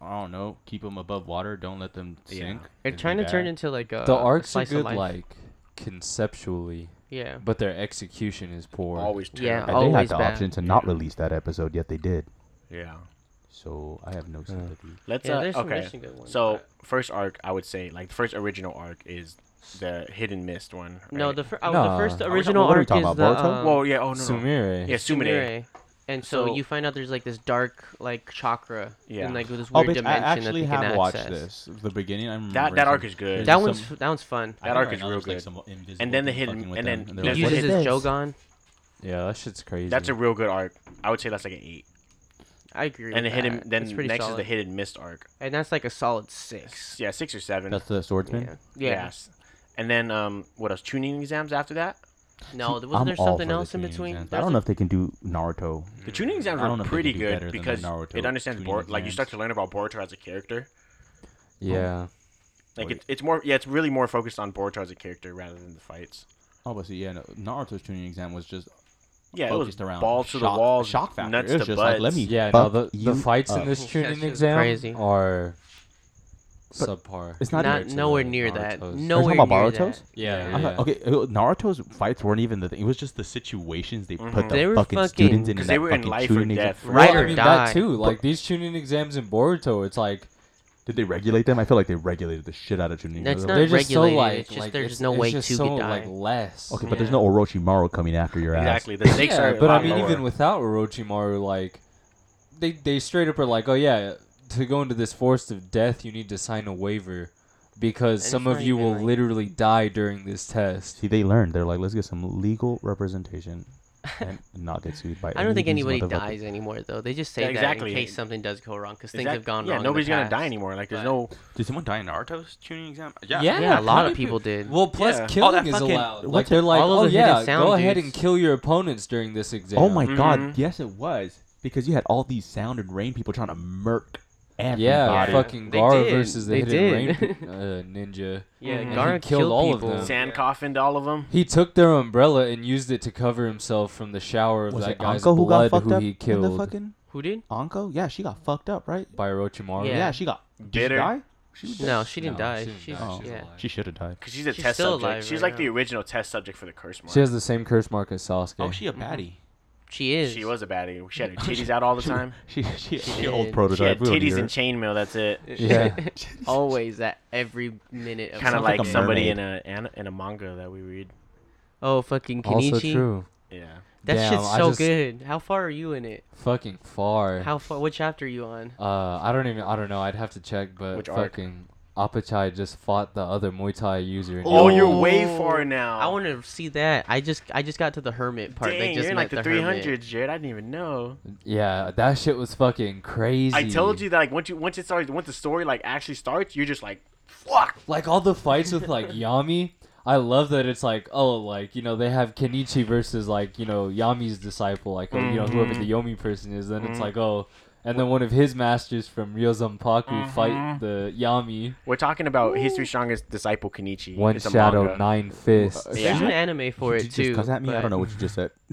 S4: I don't know, keep them above water, don't let them
S3: Yeah.
S4: sink.
S2: They're
S4: and
S2: trying to
S4: that.
S2: turn into like a
S1: The arcs are
S2: slice of
S1: good,
S2: life.
S1: like conceptually,
S2: yeah,
S1: but their execution is poor.
S3: always turn
S2: Yeah.
S4: And
S3: up.
S4: they
S2: always
S4: had the
S2: bad.
S4: option to not release that episode, yet they did.
S3: yeah
S4: So I have no sympathy.
S3: Let's
S2: Yeah,
S3: uh,
S2: there's some-
S3: okay.
S2: there's some good ones,
S3: so
S2: but-
S3: first arc, I would say like the first original arc is the hidden mist one.
S2: no,
S3: right?
S2: the, fir- oh,
S1: No.
S2: the first
S1: Are
S4: we
S2: original
S4: talking- what are we
S2: arc
S4: talking
S2: is
S4: about,
S2: the
S4: Boruto?
S2: um,
S3: well, yeah, oh no, no.
S1: Sumire.
S3: yeah, Sumire.
S2: Sumire. And so,
S3: So-
S2: you find out there's like this dark like chakra
S3: Yeah.
S2: and like this
S4: Oh,
S2: weird
S4: bitch, I
S2: dimension
S4: actually
S2: that they
S4: have
S2: can
S4: watched
S2: access.
S4: this. The beginning, I remember.
S3: That that arc is good.
S2: That
S4: There's
S2: one's
S4: some-
S2: that one's fun.
S3: that arc is real good. And then the hidden- and then
S2: He
S3: There's
S2: uses
S3: one-
S2: his Jogon.
S1: Yeah, that shit's crazy.
S3: That's a real good arc. I would say that's like an eight.
S2: I agree.
S3: And the
S2: with
S3: hidden
S2: that.
S3: then
S2: It's pretty
S3: next
S2: solid.
S3: is the hidden mist arc.
S2: and that's like a solid six.
S3: Yeah, six or seven.
S4: That's the swordsman.
S2: Yeah. yeah.
S3: Yes. And then um, what else? Tuning exams after that.
S2: No, there-
S4: I'm
S2: wasn't there
S4: all
S2: something
S4: for the
S2: else in
S4: tuning
S2: between?
S4: exams, but I
S2: There's a-
S4: don't know if they can do Naruto.
S3: The tuning
S4: Mm.
S3: exams
S4: I don't
S3: are
S4: know if they
S3: pretty
S4: could do better
S3: good
S4: than the
S3: because
S4: Naruto
S3: it understands
S4: tuning
S3: Bor- like you
S4: exams.
S3: start to learn about Boruto as a character.
S1: yeah.
S3: Like
S4: Wait.
S3: it, it's more yeah, it's really more focused on Boruto as a character rather than the fights.
S4: Oh, but see, yeah, no, Naruto's tuning exam was just
S3: Yeah,
S4: focused
S3: it was
S4: around
S3: balls to the
S4: shock-
S3: wall,
S4: shock factor.
S3: nuts
S4: it was
S3: to
S4: just like,
S3: butts.
S4: let me.
S1: Yeah, no,
S4: fuck
S1: the, the
S4: you
S1: fights
S4: up.
S1: in this
S2: That
S1: tuning
S2: shit's
S1: exam
S2: crazy.
S1: are subpar.
S4: It's not-
S2: Not,
S1: compared to
S2: nowhere
S1: the
S2: near that.
S1: Naruto's.
S2: Nowhere
S4: about
S2: near
S4: Boruto's?
S2: that.
S1: Yeah,
S4: I
S1: yeah.
S4: thought- okay, it was- Naruto's fights weren't even the thing. It was just the situations they put the
S2: They were
S4: fucking,
S2: fucking-
S4: students in.
S3: Mm-hmm. because
S4: that
S3: they were in
S4: fucking
S3: life or
S4: tuning exam.
S3: death.
S2: Right
S1: Well,
S2: or
S1: I mean,
S2: die.
S1: That too. Like these tuning exams in Boruto, it's like
S4: Did they regulate them? I feel like they regulated the shit out of tuning.
S2: That's
S4: exams.
S2: not
S1: they're just so
S2: regulated,
S1: like,
S2: it's just
S1: like,
S2: there's
S1: it's-
S2: no
S1: it's
S2: way
S1: just
S2: to
S1: so,
S2: be
S1: like
S2: dying.
S1: less.
S4: okay, but there's no Orochimaru coming after your
S3: Exactly.
S4: ass.
S3: The stakes
S1: yeah,
S3: are a
S1: but I
S3: lot
S1: mean,
S3: lower.
S1: even without Orochimaru, like they they straight up are like, oh yeah, to go into this forest of death, you need to sign a waiver because
S2: And
S1: some
S2: it's
S1: of
S2: not
S1: you
S2: even,
S1: will
S2: like-
S1: literally die during this test.
S4: See, they learned. They're like, let's get some legal representation and not get sued by.
S2: I don't
S4: any of
S2: think
S4: these
S2: anybody
S4: motherfuckers.
S2: dies anymore, though. They just say
S3: Yeah,
S2: that
S3: exactly.
S2: in case something does go wrong, because things
S3: Exact-
S2: have gone
S3: yeah,
S2: wrong. in the
S3: nobody's gonna die
S2: past.
S3: anymore. Like there's
S2: but-
S3: no
S4: Did someone die in Naruto's tuning exam?
S1: Yeah,
S2: Yeah, a lot
S3: (laughs)
S1: kinda
S2: of people did.
S1: Well, plus
S3: Yeah.
S1: killing
S4: Oh, that
S1: is
S4: fucking-
S1: allowed.
S4: what
S1: Like
S4: the-
S1: they're like,
S2: all
S1: oh
S2: of the hidden
S1: yeah,
S2: sound
S1: go ahead
S2: dudes.
S1: and kill your opponents during this exam.
S4: Oh my
S3: Mhm.
S4: god! Yes, it was because you had all these sound and rain people trying to murk everybody.
S1: Yeah,
S3: Yeah.
S1: fucking
S2: They
S1: Gara
S2: did.
S1: versus the
S2: They
S1: hidden
S2: (laughs) did.
S1: rain uh, ninja.
S2: yeah,
S3: Mhm.
S2: Gaara
S1: And he
S2: killed,
S1: killed all of
S2: people.
S1: them.
S3: sand coffin to all of them.
S1: He took their umbrella and used it to cover himself from the shower of
S4: Was
S1: that
S4: it
S1: guy's
S4: Anko who
S1: blood
S4: got fucked
S1: who
S4: up
S1: he
S4: in the
S1: killed
S4: fucking
S2: Who did?
S4: Anko? Yeah, she got fucked up, right?
S1: by Orochimaru.
S2: Yeah.
S4: Yeah, she got. Did
S3: Bitter.
S4: she die? She was dead.
S2: No, she didn't
S1: No,
S2: die.
S1: she didn't
S2: She's,
S1: die.
S4: She's
S2: yeah.
S1: alive.
S4: She should have died.
S3: Because she's a
S2: She's
S3: test
S2: still
S3: subject.
S2: alive
S3: she's
S2: right
S3: like the
S2: now.
S3: original test subject for the curse mark.
S1: She has the same curse mark as Sasuke. (laughs)
S4: Oh, she a baddie.
S2: She is. (laughs)
S3: She was (laughs) a baddie. She had her titties out all the time.
S4: (laughs) She she, she,
S2: She did.
S4: old
S3: She
S4: prototype.
S3: had
S4: We don't need
S3: titties
S4: her.
S3: and chainmail. That's it.
S1: Yeah.
S2: (laughs) always at every minute of
S3: Kind of
S2: something.
S4: Sounds
S3: like,
S4: like a
S3: somebody
S4: mermaid.
S3: in a an, in a manga that we read.
S2: Oh, fucking Kenichi.
S1: also true.
S3: Yeah.
S2: That
S1: Damn,
S2: shit's
S1: I
S2: so
S1: just-
S2: good. How far are you in it?
S1: Fucking far.
S2: How far? What chapter are you on?
S1: Uh, I don't even. I don't know. I'd have to check. But
S3: Which arc?
S1: fucking Apachai just fought the other Muay Thai user. and
S3: Oh,
S1: got-
S3: you're way
S2: Oh.
S3: far now.
S2: I want to see that. I just I just got to the hermit part.
S3: Dang,
S2: they just
S3: you're in
S2: met
S3: like
S2: the
S3: the 300s,
S2: hermit.
S3: Jared. I didn't even know.
S1: Yeah, that shit was fucking crazy.
S3: I told you that like once you once it starts once the story like actually starts, you're just like, fuck. (laughs)
S1: Like all the fights with like Yami. I love that it's like, oh, like you know, they have Kenichi versus like you know Yami's disciple, like or, you know whoever
S3: Mm-hmm.
S1: the Yomi person is. Then it's like, oh, and then one of his masters from Ryozampaku
S3: Mm-hmm.
S1: fight the Yami.
S3: We're talking about History's Strongest Disciple Kenichi.
S1: One
S3: It's a
S1: shadow,
S3: manga.
S1: nine fists.
S4: (laughs)
S3: Yeah.
S2: There's an anime for it
S4: Did you
S2: too.
S4: just cuss at me? I
S2: but-
S4: don't know what you just said.
S2: (laughs)
S4: (laughs)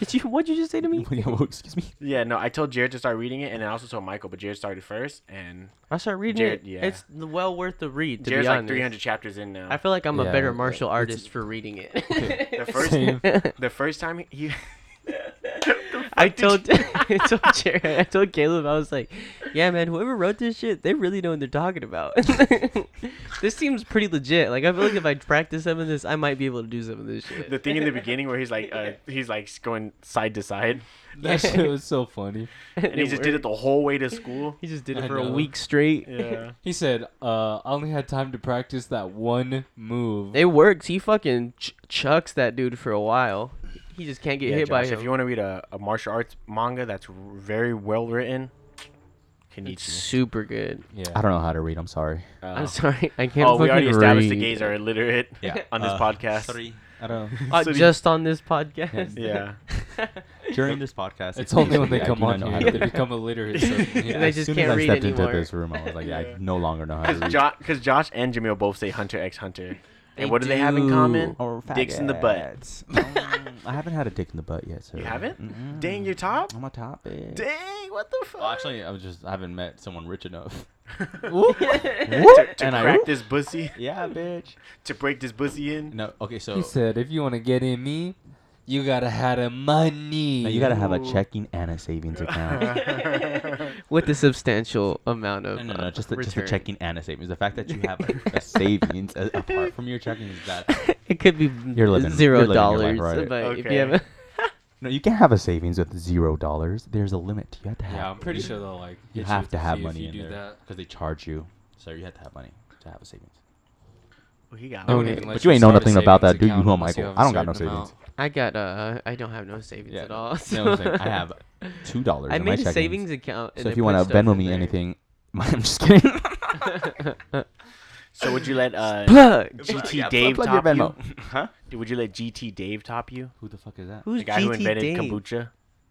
S2: Did you? What'd you just say to me?
S4: Yeah, well, excuse me.
S3: Yeah, no, I told Jared to start reading it, and I also told Michael, but Jared started first, and
S2: I start reading
S3: Jared-
S2: it.
S3: yeah.
S2: It's well worth the read. To
S3: Jared's
S2: be honest,
S3: like 300 chapters in now.
S2: I feel like I'm
S1: Yeah,
S2: a better
S1: it's-
S2: martial artist for reading it.
S1: (laughs)
S3: The first- (laughs)
S1: Same.
S3: the first time he,
S2: (laughs) I told (laughs) I told Jared, I told Caleb, I was like, "Yeah, man, whoever wrote this shit, they really know what they're talking about. (laughs) this seems pretty legit. Like, I feel like if I practice some of this, I might be able to do some of this shit."
S3: the thing in the beginning where he's like, uh, he's like going side to side,
S1: That shit was so funny.
S3: and he just did it the whole way to school.
S2: He just did
S1: I
S2: it for
S1: know.
S2: a week straight.
S3: Yeah.
S1: He said, uh, "I only had time to practice that one move."
S2: It works. He fucking ch- chucks that dude for a while. He just can't get
S3: Yeah,
S2: hit by
S3: Josh,
S2: him.
S3: if you want to read a, a martial arts manga that's r- very well written,
S2: it's
S3: Kenichi.
S2: super good.
S1: Yeah.
S4: I don't know how to read. I'm sorry.
S3: uh,
S2: I'm
S3: (laughs)
S2: sorry, I can't.
S3: oh, we already
S2: fucking
S3: established the
S2: read.
S3: gays are illiterate
S4: Yeah.
S3: (laughs) on this
S4: Uh,
S3: podcast.
S4: I don't.
S2: Uh,
S3: So do-
S2: just on this podcast.
S3: Yeah.
S4: During this podcast,
S1: It's
S4: (laughs)
S1: only when they
S4: I do
S1: come
S4: not
S1: on
S4: know
S1: here
S4: how
S1: that
S4: to
S1: they (laughs)
S4: read.
S1: become illiterate.
S4: (laughs)
S1: suddenly.
S2: And they
S4: as
S2: just
S4: soon
S2: can't
S4: as I
S2: read
S4: stepped
S2: anymore.
S4: into this room, I was like, I
S3: Yeah.
S4: no longer know how to
S3: Because
S4: read.
S3: Josh and Jamil both say Hunter x Hunter.
S2: (laughs) They
S3: and what do, they have in common?
S1: Oh,
S4: Or
S3: Dicks in the butt.
S2: (laughs)
S4: faggots. (laughs) Mm, I haven't had a dick in the butt yet. So
S3: You haven't?
S4: Mm-mm.
S3: Dang, you're top?
S4: I'm a topic.
S3: Dang, what the fuck?
S4: Well,
S3: (laughs)
S4: actually, I was just I haven't met someone rich enough.
S3: to, to
S4: And I-
S3: crack this pussy,
S4: yeah, bitch.
S3: to break this pussy in.
S4: No, okay, so
S1: He said, "If you want to get in me, you gotta have the money.
S4: now you gotta have a
S3: Ooh.
S4: checking and a savings
S3: (laughs)
S4: account.
S2: With a substantial amount of
S4: no, no, no,
S2: uh,
S4: just the, just the
S2: return.
S4: checking and a savings. The fact that you have
S3: (laughs)
S4: a, a savings a, apart from your checking is that
S2: (laughs) it could be
S4: You're living-
S2: zero
S4: you're living your
S2: dollars,
S4: life, right?
S2: but if
S3: Okay.
S2: you have a, (laughs)
S4: no, you can't have a savings with zero dollars. There's a limit. You have to have.
S1: Yeah, I'm pretty sure they'll like. hit
S4: you have
S1: with
S4: to
S1: the
S4: have
S1: fee if
S4: money
S1: you do
S4: in there
S1: that.
S4: because they charge you. So you have to have money to have a savings.
S3: Oh, he got
S1: They
S3: one.
S1: won't even
S4: but
S1: let
S4: you ain't know
S1: start a
S4: nothing about
S1: savings
S4: that, do you,
S1: account
S4: huh,
S1: unless you
S4: Michael?
S1: have a
S4: I don't got no
S1: certain amount.
S2: I got uh, I don't have no savings at all.
S4: You know what
S2: so-
S4: I'm
S2: (laughs)
S4: saying? I have two dollars.
S2: I
S4: in my
S2: made a
S4: checkings.
S2: savings account. and
S4: So
S2: I
S4: if you
S2: put
S4: want to
S2: stuff
S4: Venmo
S2: in
S4: me
S2: there.
S4: anything, (laughs) I'm just kidding.
S3: So would you let uh,
S2: (laughs) plug.
S3: GT
S4: Yeah,
S3: Dave
S4: plug your
S3: top you?
S2: (laughs)
S4: Venmo. Huh?
S3: Would you let GT Dave top you?
S4: Who the fuck is that?
S2: Who's
S3: The guy who
S2: GT
S3: invented
S2: Dave?
S3: kombucha.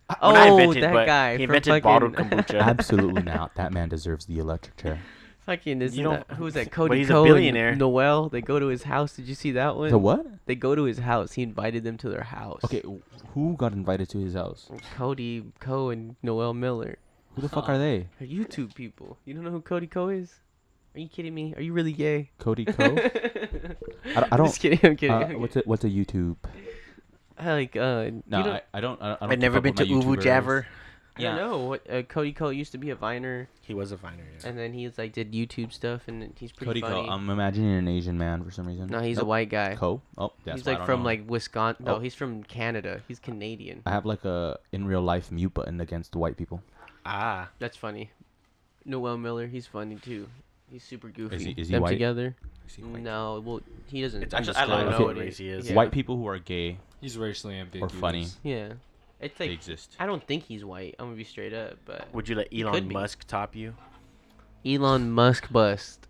S2: Oh,
S3: Well, not invented,
S2: that
S3: but
S2: guy.
S3: He
S2: from fucking, (laughs)
S3: invented bottled kombucha.
S4: Absolutely not. That man deserves the electric chair.
S2: fucking isn't
S3: don't-
S2: that, who's
S4: (laughs)
S2: that?
S3: but
S2: Cody
S3: he's a
S2: Ko and
S3: billionaire.
S2: Noel. They go to his house. Did you see that one?
S4: The what?
S2: They go to his house. He invited them to their house.
S4: Okay, w- who got invited to his house?
S2: Cody Ko and Noel Miller.
S4: Who the fuck are they?
S2: They're YouTube people. You don't know who Cody Ko is? Are you kidding me? Are you really gay?
S4: Cody
S2: (laughs)
S4: Co. I, don't- I
S2: Just
S4: don't.
S2: kidding. I'm kidding.
S4: Uh,
S2: I'm
S4: what's
S2: kidding.
S4: a, what's a YouTube?
S2: I like uh.
S4: No,
S2: you don't,
S4: I, I don't. I don't. I don't
S3: I've never been
S4: keep
S3: to
S4: up with my
S3: Uvu
S4: YouTubers.
S3: Javer.
S2: I don't
S4: yeah.
S2: know what uh, Cody Ko used to be a viner,
S3: He was a finer. Yeah.
S2: and then he's like did YouTube stuff, and he's pretty
S4: Cody Co.
S2: funny.
S4: I'm imagining an Asian man for some reason.
S2: no, he's a
S4: Nope.
S2: white guy.
S4: Co. Oh, that's
S2: he's
S4: why I
S2: like
S4: don't
S2: from
S4: know.
S2: like Wisconsin. No,
S4: Oh.
S2: he's from Canada. He's Canadian.
S4: I have like a in real life mute button against white people.
S3: Ah,
S2: That's funny. Noel Miller, he's funny too. He's super goofy.
S4: he- is he
S2: Them
S4: white?
S2: together?
S4: Is he white?
S2: No, well, he doesn't.
S3: It's
S2: I'm
S3: actually-
S2: just
S3: I
S2: gonna
S3: like
S4: to
S2: know
S4: see
S2: what
S3: what
S2: he-
S3: race he is.
S2: yeah.
S4: White people who are gay,
S1: He's racially ambiguous.
S4: funny.
S2: Yeah, it's
S4: they
S2: like
S4: exist.
S2: I don't think he's white. I'm gonna be straight up, but
S3: would you let
S2: could
S3: Elon
S2: be.
S3: Musk top you?
S2: Elon Musk bust,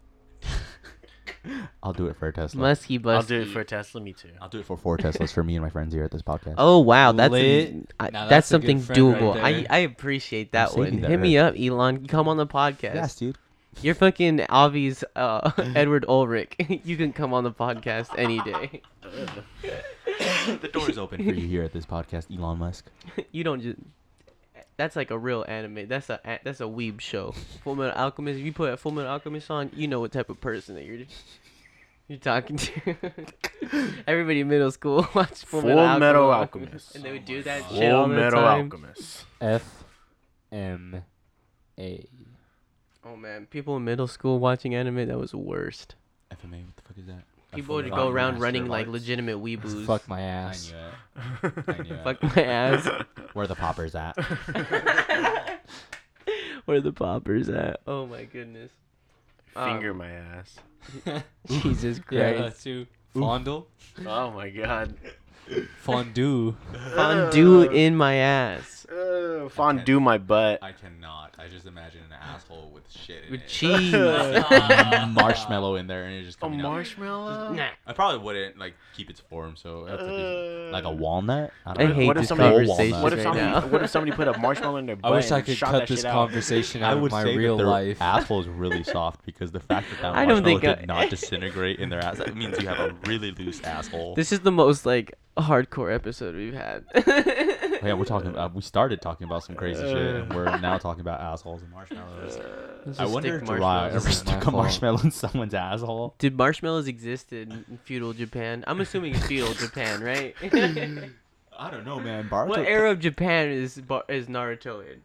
S4: I'll do it for a Tesla.
S2: Musky bust.
S3: I'll do it for Tesla. Me too.
S4: I'll do it for four Teslas for me and my friends here at this podcast.
S2: Oh wow, that's a-
S1: Lit.
S2: I-
S1: Now
S2: that's,
S1: that's a good
S2: something
S1: friend right
S2: doable.
S1: there.
S2: I I appreciate that
S4: saving
S2: one.
S4: that
S2: Hit me up, Elon. You Come on the podcast.
S4: yes, dude.
S2: You're fucking Avi's uh, (laughs) Edward Ulrich. (laughs) you can come on the podcast any
S4: (laughs)
S2: day.
S4: The door is open for you here at this podcast, Elon Musk.
S2: you don't just. That's like a real anime. That's a a- that's a weeb show. Full Metal Alchemist. If you put a Full Metal Alchemist on, you know what type of person that you're you're talking to. (laughs) Everybody in middle school (laughs) watched Full,
S3: Full Metal Alchemist.
S2: and they would do that shit all
S3: Full
S2: the
S3: Metal
S2: time.
S3: Alchemist.
S1: F M A.
S2: Oh man, people in middle school watching anime that was the worst.
S4: FMA, what the fuck is that?
S2: People would
S4: Full
S2: go
S4: Metal
S2: around
S4: Master
S2: running
S4: of
S1: (laughs)
S2: like
S4: Arts.
S2: legitimate weeboos.
S1: Fuck my
S4: I
S1: ass.
S4: knew it. I knew it.
S2: Fuck my ass. (laughs)
S4: Where the poppers (laughs) at?
S2: Where the poppers at? Oh my goodness. Um,
S3: Finger my ass.
S2: Jesus
S1: (laughs) Yeah,
S2: Christ.
S1: that's too. Fondle,
S3: Oh my god.
S1: fondue.
S2: Oh. Fondue in my ass. ass.
S3: Uh, fondue my butt.
S5: I cannot. I just imagine an asshole with shit in
S2: With
S5: it.
S4: (laughs)
S2: cheese.
S4: Um,
S5: marshmallow in there, and it just
S3: A
S5: coming out.
S3: marshmallow.
S2: Nah.
S5: I probably wouldn't like keep its form, so I have to just-
S4: Like a walnut? don't
S2: Uh, I
S4: know.
S2: hate
S3: what if
S2: this
S3: somebody-
S2: conversation
S3: What if
S2: right
S3: somebody?
S2: now.
S3: What if somebody put a marshmallow in their butt?
S1: I wish I
S3: and
S1: could
S3: shot
S1: cut
S3: that
S1: this
S3: shit out?
S1: conversation
S4: (laughs) I
S1: out
S4: would
S1: of my
S4: say
S1: real
S4: that their
S1: life. (laughs)
S4: asshole is really soft because the fact that that
S2: I don't
S4: marshmallow
S2: think I- (laughs)
S4: did not disintegrate in their ass that means you have a really loose
S2: (laughs)
S4: asshole.
S2: This is the most like hardcore episode we've had. (laughs)
S4: yeah, we're talking. About, we started talking about some crazy shit, and
S2: Uh.
S4: we're now talking about assholes and marshmallows.
S2: Let's
S4: I
S2: just
S4: wonder
S2: stick
S4: if Jiraiya
S2: marshmallows
S4: ever
S2: in.
S1: is my
S4: stuck a
S1: fault.
S4: marshmallow in someone's asshole.
S2: Did marshmallows exist in in feudal Japan? I'm assuming it's feudal Japan,
S4: (laughs)
S2: right? (laughs)
S4: I don't know, man. Baruto.
S2: what era of Japan is Bar- is Naruto in?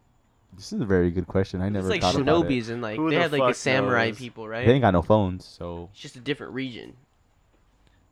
S4: This is a very good question. I never
S2: It's like
S4: thought about it.
S2: shinobis and like
S3: Who
S2: they
S3: the
S2: had like the
S3: fuck
S2: samurai
S3: knows?
S2: people,
S4: They
S2: right?
S4: ain't got no phones, so
S2: It's just a different region.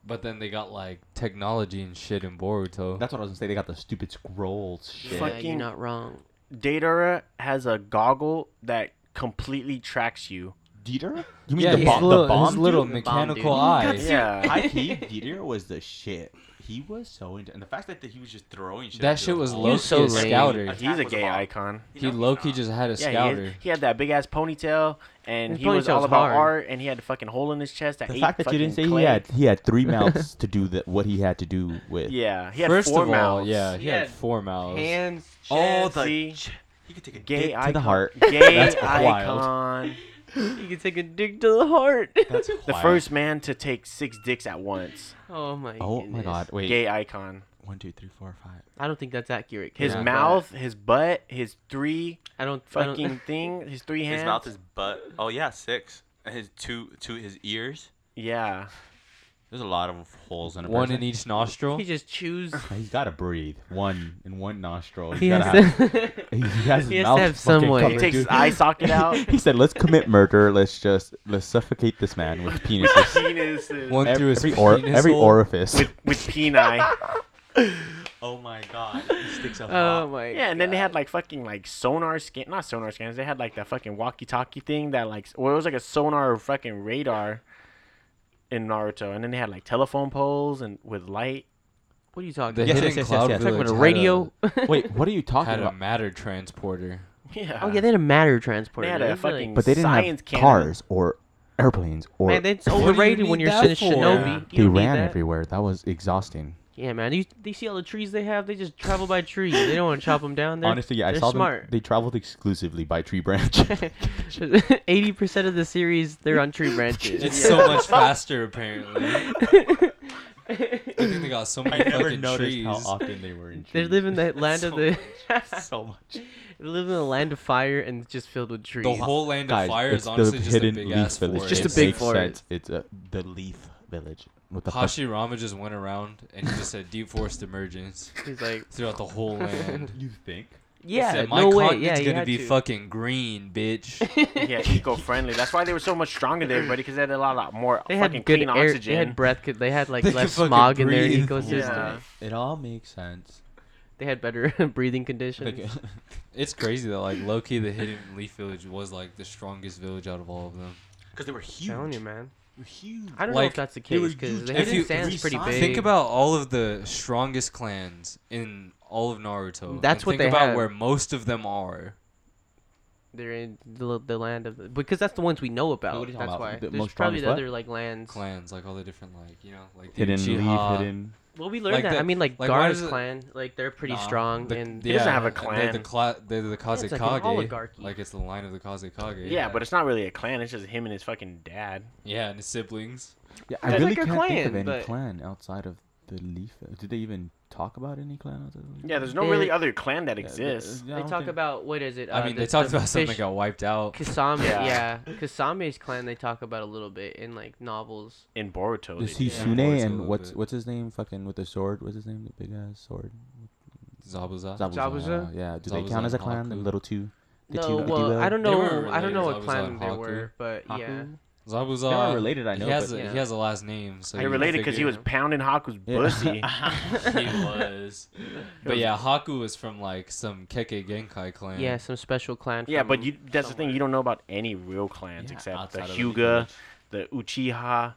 S1: But then they got like technology and shit in Boruto.
S4: that's what I was gonna say. They got the stupid scrolls. Shit.
S2: Yeah, you're
S3: Fucking-
S2: not wrong.
S3: Datara has a goggle that completely tracks you.
S4: Dieter? You mean
S1: yeah,
S4: the,
S1: his
S4: bomb?
S1: little,
S4: the bomb?
S1: his little
S2: dude? The bomb
S1: mechanical
S2: dude.
S1: eye.
S4: Dude, (laughs)
S3: Yeah.
S4: high key, Dieter was the shit. He was so into, and the fact that he was just throwing shit.
S1: That
S5: Dude,
S1: shit was
S5: oh,
S1: low
S2: He's
S1: key
S2: so
S1: a
S2: lame.
S1: scouter.
S5: Attack
S3: He's a
S5: was
S3: gay
S5: bomb.
S3: icon.
S5: You
S1: He
S5: know he's
S1: low key
S5: not.
S1: just had a
S3: Yeah, he
S1: scouter.
S3: had, he had that big ass ponytail, and
S2: His
S3: he was all
S2: ponytail's
S3: about
S2: hard.
S3: art, and he had a fucking hole in his chest. That
S4: The
S3: ate
S4: fact that you didn't say
S3: fucking
S4: he
S3: clay.
S4: had he had (laughs) three mouths to do that what he had to do with.
S3: Yeah, he had
S1: First
S3: four
S1: of all,
S3: mouths.
S1: yeah, he,
S2: He
S1: had,
S2: had
S1: four mouths.
S2: Hands,
S5: Oh,
S2: chest.
S5: the
S3: See?
S5: He could take a
S3: Gay
S5: dick.
S3: icon.
S4: to the (laughs) heart.
S3: Gay
S4: That's wild.
S3: icon.
S2: you can take a dick to the heart. (laughs)
S4: That's
S3: The
S4: wild.
S3: first man to take six dicks at once.
S2: oh my.
S4: Oh my
S2: goodness.
S4: god! Wait.
S3: Gay icon.
S4: One, two, three, four, five.
S2: I don't think that's accurate.
S3: His
S2: Kara, but
S3: mouth, his butt, his three
S2: I don't I don't-
S3: fucking thing, his three hands.
S5: His mouth is butt. Oh yeah, six. And his two, two his ears.
S3: yeah.
S5: There's a lot of holes in a
S1: One
S5: person.
S1: in each nostril.
S2: (laughs) He just chews.
S4: He's got to breathe. One in one nostril. He's
S2: He
S4: gotta
S2: has
S4: have-
S2: to-
S1: (laughs)
S2: He
S4: He has, his
S2: has to
S4: mouth
S2: have
S4: fucking
S2: some way.
S4: covered,
S3: He takes his
S4: dude.
S2: (laughs)
S3: eye socket out.
S4: (laughs) he said, "Let's commit murder. Let's just let's suffocate this man with penises.
S3: Penises.
S1: One through
S4: every,
S1: his
S4: every, or,
S1: penis
S4: every
S1: hole.
S4: orifice."
S3: with
S2: (laughs)
S3: with peni.
S5: Oh my god. He sticks up.
S2: oh my.
S3: Yeah, and then they had like fucking like sonar scan, not sonar scans. They had like that fucking walkie-talkie thing that like, well, it was like a sonar or fucking radar in Naruto. And then they had like telephone poles and with light.
S2: What are you talking
S1: The
S2: about?
S4: Yes,
S1: hidden
S4: yes, yes,
S1: cloud
S4: yes, yes.
S2: Talking
S1: village
S2: about a
S1: had
S2: radio.
S4: Wait, what are you
S1: a-
S4: talking
S1: had a
S4: about?
S1: matter transporter.
S3: Yeah.
S2: (laughs) Oh yeah, they had a matter transporter.
S3: They had
S2: dude.
S3: a
S2: Like,
S3: fucking.
S4: But they didn't
S3: science
S4: have
S3: cannon.
S4: cars or airplanes or
S2: Man,
S4: (laughs)
S2: that's
S1: What do you
S2: overrated
S1: need
S2: when you're
S1: that
S2: sitting
S1: for?
S2: shinobi.
S3: Yeah.
S2: You
S4: they
S2: don't need
S4: ran
S2: that.
S4: everywhere. That was exhausting.
S2: Yeah, man. You, they see all the trees they have. They just travel by trees. They don't want to chop them down. They're,
S4: Honestly, yeah, I
S2: they're
S4: saw them. (laughs)
S2: smart. (laughs)
S4: They traveled exclusively by tree branch.
S2: Eighty percent of the series, they're on tree branches.
S1: It's so much faster apparently. I think they got so many
S4: I never
S1: fucking
S4: noticed
S1: trees.
S4: how often they were in
S2: they
S4: trees.
S2: live in the land of
S5: So
S2: the. (laughs)
S4: so much.
S2: they live in the land of fire and it's just filled with trees.
S1: The whole land of
S4: Guys,
S1: fire
S4: it's
S1: is honestly
S4: the
S1: just a
S4: hidden
S1: big
S4: leaf
S1: ass
S4: village.
S1: forest.
S2: Just a
S4: It
S2: big
S4: makes
S2: forest.
S4: sense. It's a, the leaf village. What the fuck?
S1: Hashirama just went around and he just said deep forest emergence
S2: He's like,
S1: throughout the whole
S4: (laughs)
S1: land.
S4: You think?
S2: yeah,
S1: Said, my
S2: no way.
S1: continent's
S2: Yeah, you
S1: gonna
S2: had
S1: be
S2: to.
S1: fucking green, bitch. (laughs)
S3: Yeah, eco-friendly. That's why they were so much stronger than everybody because they had a lot, lot more
S2: They
S3: fucking
S2: had good
S3: clean
S2: air.
S3: oxygen.
S2: They had breath. Could they
S1: (laughs)
S2: had like
S1: They could
S2: less
S1: fucking
S2: smog in their
S1: breathe.
S2: ecosystem.
S3: Yeah.
S4: It all makes sense.
S2: They had better (laughs) breathing conditions.
S4: (laughs)
S1: It's crazy that like Loki, the hidden leaf village, was like the strongest village out of all of them.
S5: Because they were
S2: I'm
S5: huge.
S2: telling you, man.
S5: They were huge.
S2: I don't know
S1: Like,
S2: if that's the
S5: they were
S2: case because
S5: huge.
S2: the
S5: If
S2: hidden
S1: you-
S2: sand's pretty
S5: resize-
S2: big.
S1: Think about all of the strongest clans in all of Naruto.
S2: That's
S1: and
S2: what
S1: think
S2: they
S1: about
S2: had.
S1: where most of them are.
S2: they're in the, the land of the, because that's the ones we know about.
S4: what are you
S2: That's
S4: talking about?
S2: why
S4: The
S2: there's
S4: most
S2: probably
S4: strongest
S2: the
S4: what?
S2: other like lands.
S1: Clans, like all the different like you know, like the
S4: Hidden
S1: Uchiha.
S4: leaf, hidden.
S2: Well, we learned
S1: Like
S2: that.
S1: the-
S2: I mean, like,
S1: like, why
S2: Gaara's
S1: does it-
S2: clan, like they're pretty
S1: Nah,
S2: strong
S1: the-
S2: and
S1: yeah,
S3: He doesn't have a
S1: They're the,
S3: clan.
S1: cla- they're the
S2: it's
S1: Kazekage.
S2: like an
S1: like,
S2: oligarchy.
S1: it's the line of the Kazekage.
S3: yeah, but it's not really a clan. It's just him and his fucking dad.
S1: yeah, and his siblings.
S4: Yeah, I
S2: There's
S4: really
S2: like a
S4: can't think of
S2: clan,
S4: any
S2: but-
S4: clan outside of the Leaf. Did they even talk about any clan outside of the Leaf?
S3: Yeah, there's no
S2: They-
S3: really other clan that
S4: Yeah, th-
S3: exists.
S4: yeah, I
S2: they
S4: don't
S2: talk
S4: think-
S2: about what is it?
S1: I
S2: uh,
S1: mean,
S2: the-
S1: they talked
S2: the
S1: about something oh.
S2: fish-
S1: that got wiped out.
S2: Kasame,
S3: Yeah.
S2: yeah, Kasame's clan. They talk about a little bit in like novels.
S3: In Boruto.
S4: the
S3: they do.
S1: Yeah.
S4: Hisune
S1: Boruto a
S4: and
S1: little
S4: what's
S1: bit.
S4: what's his name? Fucking with the sword. What's his name? The big ass sword.
S1: Zabuza.
S2: Uh, Zabuza?
S4: Yeah. Do they
S1: Zabuza
S4: count as a
S1: and
S4: clan? The
S1: Haku.
S4: little two. The
S2: no,
S4: two. the
S3: uh,
S2: well,
S4: duo?
S2: I don't
S1: They
S2: know.
S1: were
S2: I don't know what
S1: related, Zabuza
S2: clan
S1: and
S2: they
S1: Haku.
S2: were, but
S4: Haku?
S2: yeah,
S1: Zabuza.
S4: They're not related. I know.
S1: he has
S4: but
S1: a,
S2: yeah.
S1: he has a last name. So
S3: They
S1: you
S3: related because he
S1: figure-
S3: was pounding Haku's
S4: Yeah. (laughs)
S1: (laughs)
S3: pussy. (laughs)
S1: he was. But yeah, Haku was from like some Keke Genkai clan.
S2: yeah, some special clan.
S3: Yeah, but
S2: from
S3: you that's the
S2: somewhere.
S3: thing, you don't know about any real clans
S4: Yeah,
S3: except the
S4: outside of the
S3: Hyuga, the Uchiha,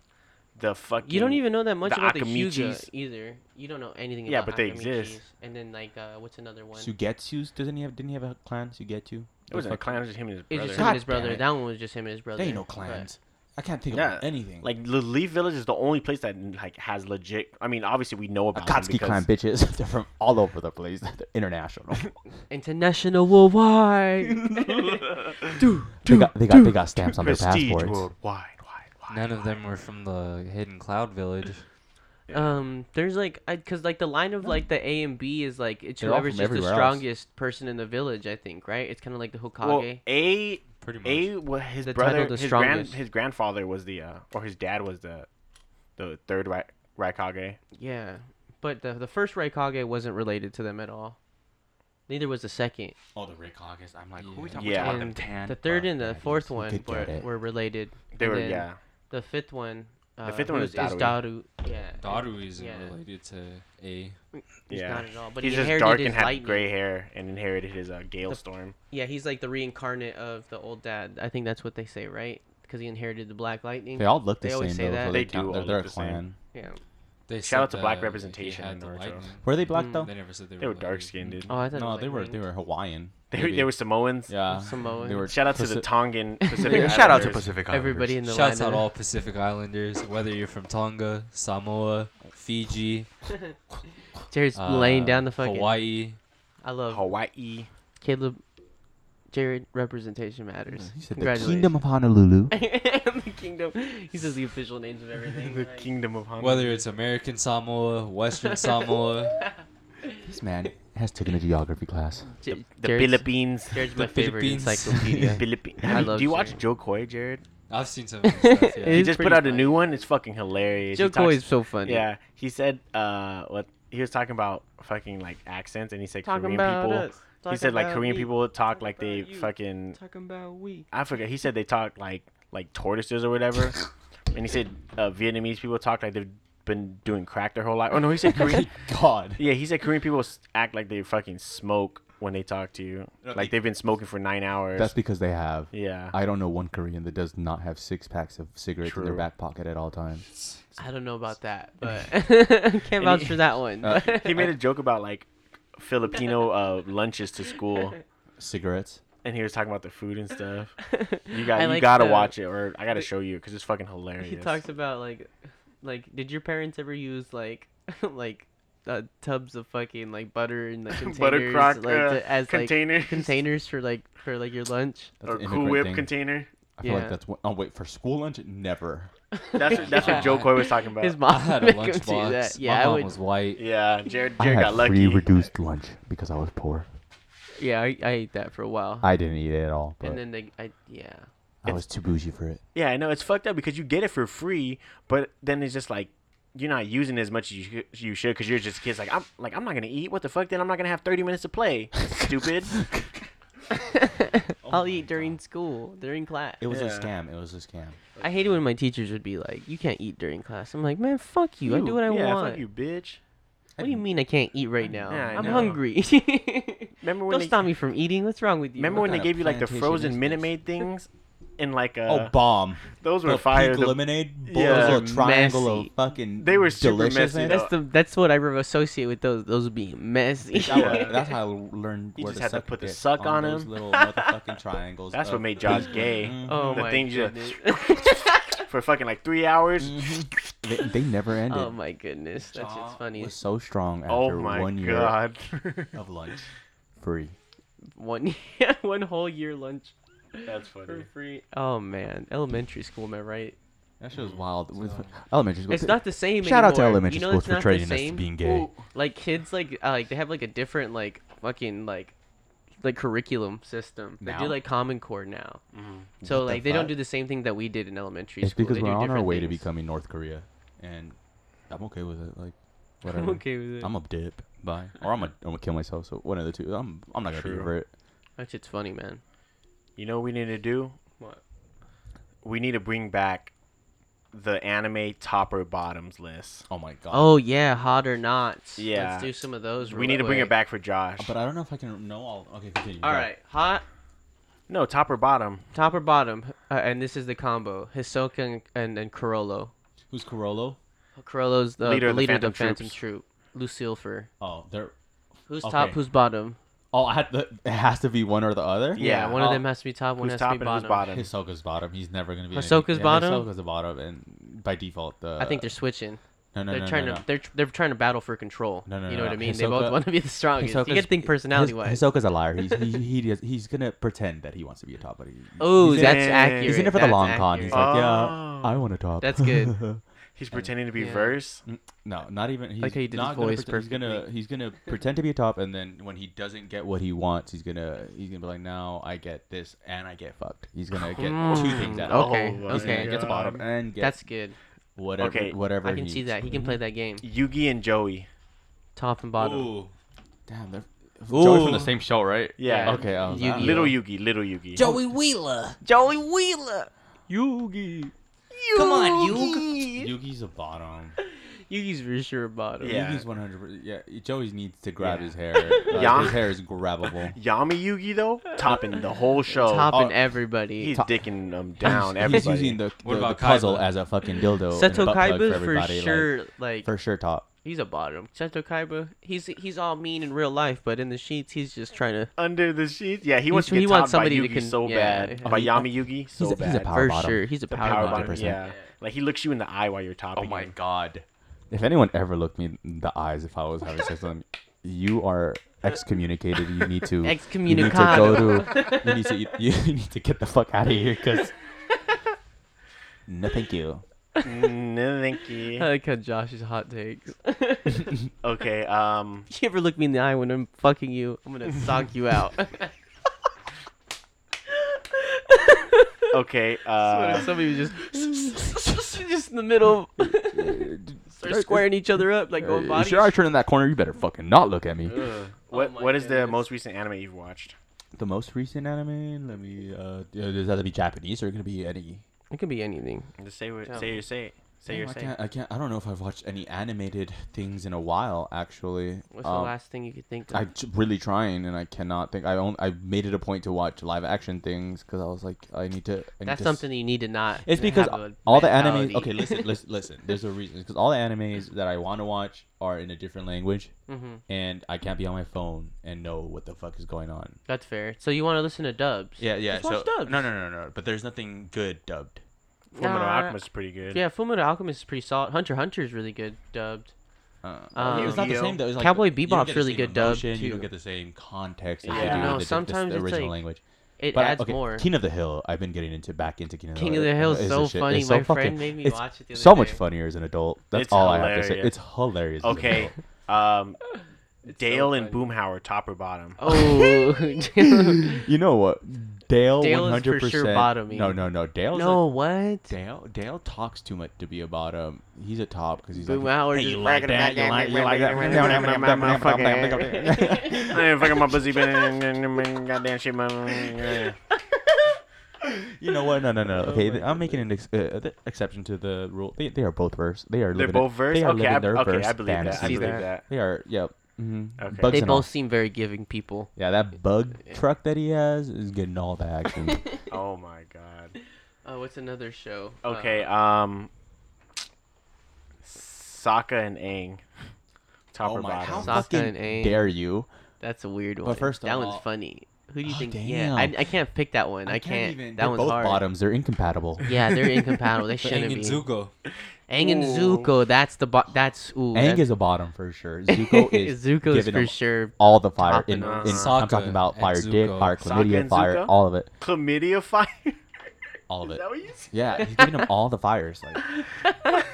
S3: the fucking.
S2: You don't even know that much
S3: the
S2: about the Hyuga
S3: Akamichis.
S2: either. You don't know anything
S3: Yeah,
S2: about
S3: but they
S2: Akamichis.
S3: exist.
S2: And then like uh, what's another one?
S4: Sugetsu's doesn't he have didn't he have a clan Sugetsu?
S3: It wasn't a clan. It was just him and his
S2: It
S3: brother.
S2: was just him
S4: God
S2: and his brother.
S4: damn it.
S2: That one was just him and his brother.
S4: There ain't no
S2: but-
S4: clans. I can't think
S3: Yeah,
S4: of anything.
S3: Like the Leaf Village is the only place that like has legit. I mean, obviously we know about them
S4: Akatsuki
S3: because-
S4: Uh, clan bitches. (laughs) They're from all over the place. (laughs) They're international.
S2: International
S3: (laughs)
S2: worldwide.
S4: they got they got they got stamps on their
S3: prestige
S4: passports.
S3: worldwide, wide, wide.
S1: None of them were from the Hidden Cloud Village.
S2: um, there's like, I, cause like the line of like the A and B is like it's
S4: They're all
S2: whoever's
S4: from
S2: just the
S4: everywhere else.
S2: strongest person in the village. I think right. It's kind of like the Hokage.
S3: Well, A
S1: Pretty much.
S3: A well, his
S2: The title,
S3: brother,
S2: the
S3: his grand,
S2: strongest.
S3: his grandfather was the, uh, or his dad was the, the third Ra- Raikage.
S2: yeah, but the the first Raikage wasn't related to them at all. Neither was the second.
S1: oh, the Rick August. I'm like,
S2: who we
S3: talking Yeah. about?
S2: And the third and the fourth one
S4: Good
S2: were,
S4: at it.
S2: were related.
S3: They
S2: and
S3: were
S2: then
S3: yeah.
S2: The fifth one. Uh,
S3: fifth one
S2: who
S3: is
S2: is Daru. Yeah.
S1: Daru isn't
S2: Yeah.
S1: related to A.
S2: He's
S3: yeah.
S2: not at all. But
S3: He's
S2: he
S3: just
S2: inherited
S3: dark
S2: his
S3: and had
S2: lightning.
S3: gray hair and inherited his uh, Gale
S2: The-
S3: Storm.
S2: Yeah, he's like the reincarnate of the old dad. I think that's what they say, right? Because he inherited the black lightning.
S4: They all look the
S2: They
S4: same.
S2: always say
S4: though,
S2: that.
S4: so
S3: They
S4: they're
S3: do
S4: ca- They're,
S3: all
S4: they're
S3: look
S4: a
S3: the same.
S4: clan.
S2: Yeah.
S1: They
S3: Shout out
S1: said
S3: to black
S1: that
S3: representation
S1: he had
S3: in
S1: the
S3: Naruto.
S1: lightning.
S4: Were they black
S2: Mm.
S4: though?
S1: They never said they were.
S3: They were
S1: black.
S3: dark skinned, dude.
S2: Oh, I thought. it
S4: No,
S2: was
S4: they
S2: like
S4: were
S2: white.
S4: they were Hawaiian.
S3: They were,
S4: maybe.
S3: they were Samoans.
S4: yeah.
S2: Samoan.
S4: They were
S3: Shout out to the
S4: Paci-
S3: Tongan Pacific.
S5: Shout out to
S3: Islanders.
S5: Pacific Islanders.
S2: Everybody in the
S1: Shouts
S2: line
S1: out
S2: of-
S1: all Pacific Islanders, whether you're from Tonga, Samoa, Fiji,
S2: Jared's
S1: uh,
S2: laying down the fucking.
S1: Hawaii.
S2: I love
S3: Hawaii.
S2: Caleb. Jared representation matters.
S4: He said the
S2: Congratulations.
S4: Kingdom of Honolulu.
S2: (laughs) the kingdom. He says the official names of everything.
S3: The
S2: like- (laughs)
S3: kingdom of Honolulu.
S1: Whether it's American Samoa,
S3: (laughs)
S1: Western Samoa,
S4: This man has taken a geography (laughs) class.
S2: J-
S3: the
S2: Jared's-
S3: Philippines. (laughs)
S2: Jared's
S1: The
S2: my favorite
S1: Philippines. (laughs)
S2: encyclopedia.
S3: Philippines.
S2: I love
S3: Do you watch
S2: Jared.
S3: Joe Coy, Jared?
S1: I've seen some of his
S2: (laughs)
S1: stuff.
S2: It
S1: Yeah.
S3: He
S2: is
S3: just put
S2: pretty
S3: out a
S2: funny.
S3: new one. It's fucking hilarious. He
S2: Joe Coy
S3: talks-
S2: is so funny.
S3: Yeah, he said uh, what he was talking about fucking like accents, and he said
S2: Talking
S3: Korean
S2: about
S3: people.
S2: us.
S3: he
S2: Talking
S3: said like
S2: about
S3: Korean
S2: me.
S3: people talk
S2: Talking
S3: like they
S2: about you.
S3: fucking
S2: Talking about we.
S3: I forget. He said they talk like like tortoises
S4: (laughs)
S3: or whatever, and he said uh, Vietnamese people talk like they've been doing crack their whole life. Oh no, he said
S4: (laughs)
S3: Korean.
S4: God.
S3: yeah, he said Korean people s- act like they fucking smoke when they talk to you,
S1: No,
S3: like
S1: they-
S3: they've been smoking for nine hours.
S4: That's because they have.
S3: yeah.
S4: I don't know one Korean that does not have six packs of cigarettes in
S3: True.
S4: their back pocket at all times.
S2: I don't know about that,
S1: (laughs)
S2: but (laughs) I can't
S3: he-
S2: vouch for that one. (laughs)
S4: Uh,
S2: but-
S3: he made a joke about like Filipino uh, lunches to school,
S4: Cigarettes.
S3: and he was talking about the food and stuff. You got
S2: I
S3: you
S2: like
S3: gotta
S2: the-
S3: watch it, or I gotta
S2: the-
S3: show you because it's fucking hilarious.
S2: He talks about like, like, did your parents ever use like, (laughs) like, uh, tubs of fucking like (laughs) butter and like containers,
S3: Buttercrock
S2: like
S3: uh,
S2: to- as
S3: containers
S2: like containers for like for like your lunch?
S1: (laughs)
S4: That's
S3: or
S4: an
S3: Cool
S4: immigrant
S3: Whip
S4: thing.
S3: container.
S4: I feel
S2: Yeah.
S4: like that's what. Oh wait, for school lunch, never.
S3: That's what, that's what Joe Coy was talking about.
S2: His
S1: I
S2: mom
S1: had a
S2: (laughs) make him do that.
S1: lunchbox.
S2: Yeah,
S1: My
S2: I
S1: mom
S2: would.
S1: was white.
S3: yeah, Jared,
S4: I
S3: Jared
S4: had
S3: got lucky.
S4: free reduced lunch because I was poor.
S2: Yeah, I, I ate that for a while,
S4: I didn't eat it at all, but
S2: and then they, I yeah.
S4: I was too bougie for it.
S3: Yeah, I know it's fucked up because you get it for free, but then it's just like you're not using it as much as you, sh- you should because you're just kids. Like I'm like I'm not gonna eat. What the fuck? Then I'm not gonna have 30 minutes to play. Stupid.
S2: I'll eat during school, during class.
S4: It was a
S3: Yeah.
S4: scam. It was a scam.
S2: I hated when my teachers would be like, "You can't eat during class." I'm like, "Man, fuck (laughs) you! I
S3: You-
S2: do what I
S3: yeah,
S2: want."
S3: Fuck you, bitch.
S2: What do you mean I can't eat right now?
S3: Yeah, I
S2: I'm
S3: know.
S2: hungry. (laughs)
S3: Remember when
S2: Don't
S3: they,
S2: stop me from eating. What's wrong with you?
S3: remember when
S4: What
S3: they
S4: kind
S3: gave
S4: of
S3: you like the
S4: plantation is
S3: frozen Minute
S4: this?
S3: Maid things? And like
S4: oh,
S3: uh,
S4: bomb.
S3: those were
S4: the
S3: fire.
S4: pink
S3: The-
S4: lemonade bowl,
S3: Yeah.
S4: yeah,
S3: Those
S4: little
S2: are
S4: triangle
S2: messy.
S4: of fucking
S3: They were super
S4: deliciousness.
S3: messy,
S2: That's the that's what I re- associate with those those being messy.
S4: That
S2: (laughs)
S4: was-
S3: Yeah.
S4: That's how I learned
S3: You
S4: where
S3: just
S4: to
S3: had to
S4: suck
S3: put the
S4: dick,
S3: suck on
S4: those
S3: him.
S4: little motherfucking triangles.
S3: (laughs) That's what
S4: of-
S3: made Josh gay.
S4: Mhm.
S2: (laughs) oh
S3: The
S2: my
S3: things you- (laughs)
S2: goodness.
S3: for fucking like three hours.
S2: Mm-hmm.
S4: Mhm. they, they never ended.
S2: oh my goodness. That's just
S1: Jaw
S2: funny.
S4: was so strong after
S3: Oh my
S4: one
S2: (laughs)
S4: year
S3: god.
S4: of lunch free.
S2: One (laughs) one whole year lunch
S3: That's
S2: for
S3: funny.
S2: free. Oh man, elementary school, am I right?
S4: That shit was wild. With elementary school.
S2: Oh. It's not the same
S4: Shout out to
S2: anymore.
S4: elementary
S2: you know
S4: schools
S2: it's
S4: for
S2: not the
S4: training us to
S2: same?
S4: being gay.
S2: Like kids, like uh, like they have like a different like fucking like like curriculum system. They
S4: Now? Mm-hmm.
S2: do like Common Core now. So
S4: What the
S2: like they don't
S4: fuck?
S2: do the same thing that we did in elementary
S4: It's
S2: school.
S4: because
S2: They
S4: we're
S2: do
S4: on our
S2: different
S4: way to
S2: things.
S4: becoming North Korea, and I'm okay with it. Like,
S2: (laughs) I'm
S4: whatever.
S2: (laughs) okay with it.
S4: I'm a dip. Bye. Or I'm gonna I'm gonna kill myself. So one of the two. I'm I'm not gonna
S3: True.
S4: be over it.
S2: That shit's funny, man.
S3: You know what we need to do?
S2: What?
S3: We need to bring back the anime topper bottoms list.
S4: Oh my god.
S2: Oh yeah, hot or not.
S3: Yeah.
S2: Let's do some of those.
S3: We need to bring it back for Josh.
S4: Oh. But uh, I don't know if I can know all. Okay, continue.
S2: All
S4: go.
S2: right, hot
S3: No, top or bottom.
S2: top or bottom, uh, and this is the combo: Hisoka and and, and Corolo.
S4: Who's Corolo?
S2: Corolo's the leader, the leader of the Phantom,
S3: Troops.
S2: Troop. Lucille for
S4: Oh, they're.
S2: who's top,
S4: Okay.
S2: who's bottom.
S4: Oh, I had the, it has to be one or the other.
S2: Yeah,
S3: Yeah.
S2: one of
S4: Oh.
S2: them has to be top, one
S3: Who's
S2: has
S3: top
S2: to be
S3: and who's
S2: bottom.
S3: bottom?
S4: Hisoka's bottom. He's never gonna be. in any-
S2: Hisoka's
S4: yeah,
S2: bottom?
S4: Hisoka's the bottom, and by default, the.
S2: I think they're switching.
S4: No, no,
S2: they're
S4: no,
S2: trying
S4: no,
S2: to
S4: no.
S2: they're they're trying to battle for control.
S4: No, no,
S2: you
S4: no,
S2: know what I
S4: no.
S2: mean. they
S4: Hisoka-
S2: both want to be the strongest. you got to
S4: Hisoka's-
S2: think personality wise.
S4: His, Hisoka's a liar. He's he, he does, he's gonna pretend that he wants to be a top, but he.
S2: Oh,
S4: he's in-
S2: that's
S3: it-
S2: accurate.
S4: He's in it for the
S2: that's
S4: long con. He's
S2: accurate.
S4: like, yeah,
S3: Oh.
S4: I want a top.
S2: That's
S4: (laughs)
S2: good.
S3: He's pretending to be
S2: Yeah.
S3: verse.
S4: No, not even. He's
S2: how you did his
S4: not gonna
S2: voice
S4: pretend-
S2: (laughs)
S4: He's gonna he's gonna pretend to be a top, and then when he doesn't get what he wants, he's gonna he's gonna be like, "Now I get this, and I get fucked." He's gonna get two things out.
S2: Mm. Hmm.
S4: of it.
S2: Okay,
S3: Oh,
S4: He's gonna
S2: okay,
S3: yeah.
S4: get the bottom
S3: God.
S4: and get
S2: that's good.
S4: whatever.
S3: Okay,
S4: whatever.
S2: I can
S4: he
S2: see
S4: needs.
S2: that he can play that game.
S3: Yugi and Joey.
S2: Top and bottom.
S1: Ooh.
S4: Damn, they're Joey's from the
S1: Ooh.
S4: same show, right?
S3: Yeah.
S2: Yeah.
S4: Okay, oh, I was
S2: Yu-Gi-Oh.
S3: Little Yugi, little Yugi.
S1: Joey Wheeler.
S2: Joey Wheeler.
S4: Yugi.
S1: Come on, you.
S4: Yugi's a bottom.
S2: Yugi's for sure bottom.
S3: Yeah.
S4: Yugi's one hundred. percent Yeah, Joey's needs to grab
S3: Yeah.
S4: his hair. Like,
S3: Yeah.
S4: his hair is grabbable.
S3: Yami Yugi though, topping the whole show.
S2: Topping
S4: Oh.
S2: everybody.
S3: He's dicking them
S4: (laughs)
S3: down.
S4: He's-
S3: everybody.
S4: He's using the,
S1: What
S4: the-
S1: about
S4: the puzzle
S1: Kaiba?
S4: as a fucking dildo. and a
S2: Seto
S4: butt plug
S2: Kaiba for,
S4: everybody, like,
S2: sure, like,
S4: for sure, top.
S2: he's a bottom. Seto Kaiba, he's he's all mean in real life, but in the sheets, he's just trying to
S3: under the sheets. Yeah, he wants
S2: He's-
S3: to
S2: he
S3: get
S2: wants
S3: topped by
S2: somebody to
S3: Yugi
S2: con-
S3: so
S2: yeah.
S3: bad.
S2: Oh,
S3: by
S2: he-
S3: Yami Yugi so
S4: he's a-
S3: bad.
S4: he's a
S2: for
S4: Power bottom.
S2: sure. He's a
S3: The
S2: power,
S3: power
S2: bottom.
S3: bottom,
S4: 100%.
S3: yeah. Like he looks you in the eye while you're topping. him.
S4: god. If anyone ever looked me in the eyes if I was having sex with them, you are excommunicated. You need
S2: (laughs)
S4: to
S2: Excommunicado. (laughs)
S4: You need to go to. You need to. You, (laughs) you need to get the fuck out of here because. No, thank you.
S3: Mm, no, thank
S2: I
S4: (laughs)
S3: you.
S2: like how Josh's hot (laughs) takes. (laughs)
S3: Okay, um,
S2: you ever look me in the eye when I'm fucking you? I'm gonna sock you out. (laughs)
S3: okay,
S2: What if
S3: uh,
S2: somebody was just just in the
S4: (laughs)
S2: middle, of- start squaring each other up like going
S4: Uh, If
S2: body.
S4: your eye turn in that corner, you better fucking not look at me.
S2: (laughs)
S3: what
S2: Oh my
S3: what is the
S2: goodness.
S3: most recent anime you've watched?
S4: The most recent anime. Let me. Uh, does that have to be Japanese or gonna be any?
S2: It could be anything.
S3: Just say what,
S2: Tell
S3: say
S2: me.
S3: your say it. Say
S4: Oh,
S3: your
S4: I
S3: say.
S4: can't, I can't. I don't know if I've watched any animated things in a while. Actually,
S2: What's the
S4: Um,
S2: last thing you could think of?
S4: I'm j- really trying, and I cannot think. I only, I made it a point to watch live action things because I was like, I need to. I need
S2: That's
S4: to s-
S2: something you need to not.
S4: It's because
S2: have a
S4: all the
S2: mentality.
S4: animes.
S2: (laughs)
S4: Okay, listen, listen, listen. There's a reason. Because all the animes that I want to watch are in a different language,
S2: Mhm.
S4: and I can't be on my phone and know what the fuck is going on.
S2: That's fair. So you want to listen to dubs?
S4: Yeah, yeah.
S2: Just watch
S4: so
S2: dubs.
S4: no, no, no, no. But there's nothing good dubbed.
S3: Fullmetal
S2: Nah.
S3: Alchemist is pretty good.
S2: Yeah, Fullmetal Alchemist is pretty solid. Hunter x Hunter is really good dubbed.
S4: Uh,
S2: Um,
S4: it's not the
S3: Yu-Gi-Oh.
S4: same though. It's like
S2: Cowboy
S4: you don't get
S2: Bebop's
S4: the
S2: really
S4: same
S2: good dubbed,
S4: emotion, You
S2: too.
S4: don't get the same context.
S3: Yeah.
S4: Yeah,
S3: I
S4: you do
S3: know,
S4: with the-
S2: sometimes
S4: the
S2: it's
S4: original
S2: like-
S4: language.
S2: It
S4: But I-
S2: adds
S4: okay,
S2: more.
S4: King of the Hill. I've been getting into back into King of the
S2: King
S4: Hill.
S2: of the Hill
S4: It-
S2: is
S4: it's
S2: so
S4: a shit-
S2: funny.
S4: it's so
S2: My
S4: fucking-
S2: friend made me
S4: it's
S2: watch it the other
S4: so much
S2: day.
S4: funnier as an adult. That's
S3: It's
S4: all I have to say.
S3: hilarious.
S4: It's hilarious. as an
S3: Okay,
S4: adult.
S2: (laughs)
S3: um, Dale
S2: so
S3: and Boomhauer, top or bottom?
S4: (laughs)
S2: Oh, (laughs) dude.
S4: You know what? Dale.
S2: Dale is
S4: 100%,
S2: for sure bottoming.
S4: No, no, no. Dale's
S2: no,
S4: A,
S2: what?
S4: Dale. Dale talks too much to be a bottom. He's a top because he's
S2: Boom
S4: like.
S2: hour. just bragging about that. (laughs)
S4: (laughs)
S3: (laughs) I ain't fucking my pussy, man. goddamn shit, man.
S4: You know what? No, no, no. Okay, th- I'm making an ex- uh, th- exception to the rule. They, they are both verse. They are
S3: They're
S4: living.
S3: both
S4: it-
S3: verse.
S4: They are
S3: Okay,
S4: living
S3: I,
S4: their
S3: okay,
S4: verse
S3: I believe that. I
S4: fantasy.
S3: believe
S2: that.
S3: that.
S4: They are. Yep. mhm.
S3: Okay.
S4: Bugs
S2: They
S4: and
S2: both
S4: all.
S2: seem very giving people.
S4: Yeah, that bug truck that he has is getting all
S2: (laughs)
S4: the action.
S3: Oh my god.
S2: Oh, what's another show? Uh,
S3: Okay, um, Sokka and Aang, top or
S4: Oh How
S3: bottom?
S2: God. Sokka
S4: fucking
S2: and Aang.
S4: dare you?
S2: That's a weird one.
S4: first of
S2: that one's
S4: all-
S2: funny. Who do you
S4: Oh,
S2: think? Yeah, I,
S4: damn.
S2: I can't pick that one. I, can't. that
S4: They're
S2: one's
S4: both
S2: hard.
S4: bottoms.
S2: (laughs)
S4: They're incompatible.
S2: Yeah,
S4: (laughs)
S2: they're incompatible. They
S1: The Aang
S2: (laughs) shouldn't
S1: and
S2: be.
S1: Zuko.
S2: Aang and
S3: Ooh.
S2: Zuko. That's the bo- that's ooh.
S4: Aang
S2: that's-
S4: is a bottom for
S2: (laughs)
S4: sure. Zuko is
S2: Zuko is
S4: giving
S2: for
S4: him
S2: sure.
S4: all the fire. In, in,
S2: Topping.
S4: I'm
S1: Sokka
S4: talking about
S1: and
S4: fire dick,
S1: Zuko.
S4: fire
S3: Sokka
S4: chlamydia,
S3: and
S4: fire,
S3: Zuko?
S4: all of it,
S3: Chlamydia fire. Is
S4: all of it.
S3: that what you said?
S4: Yeah, he's
S3: (laughs)
S4: giving him all the fires. Like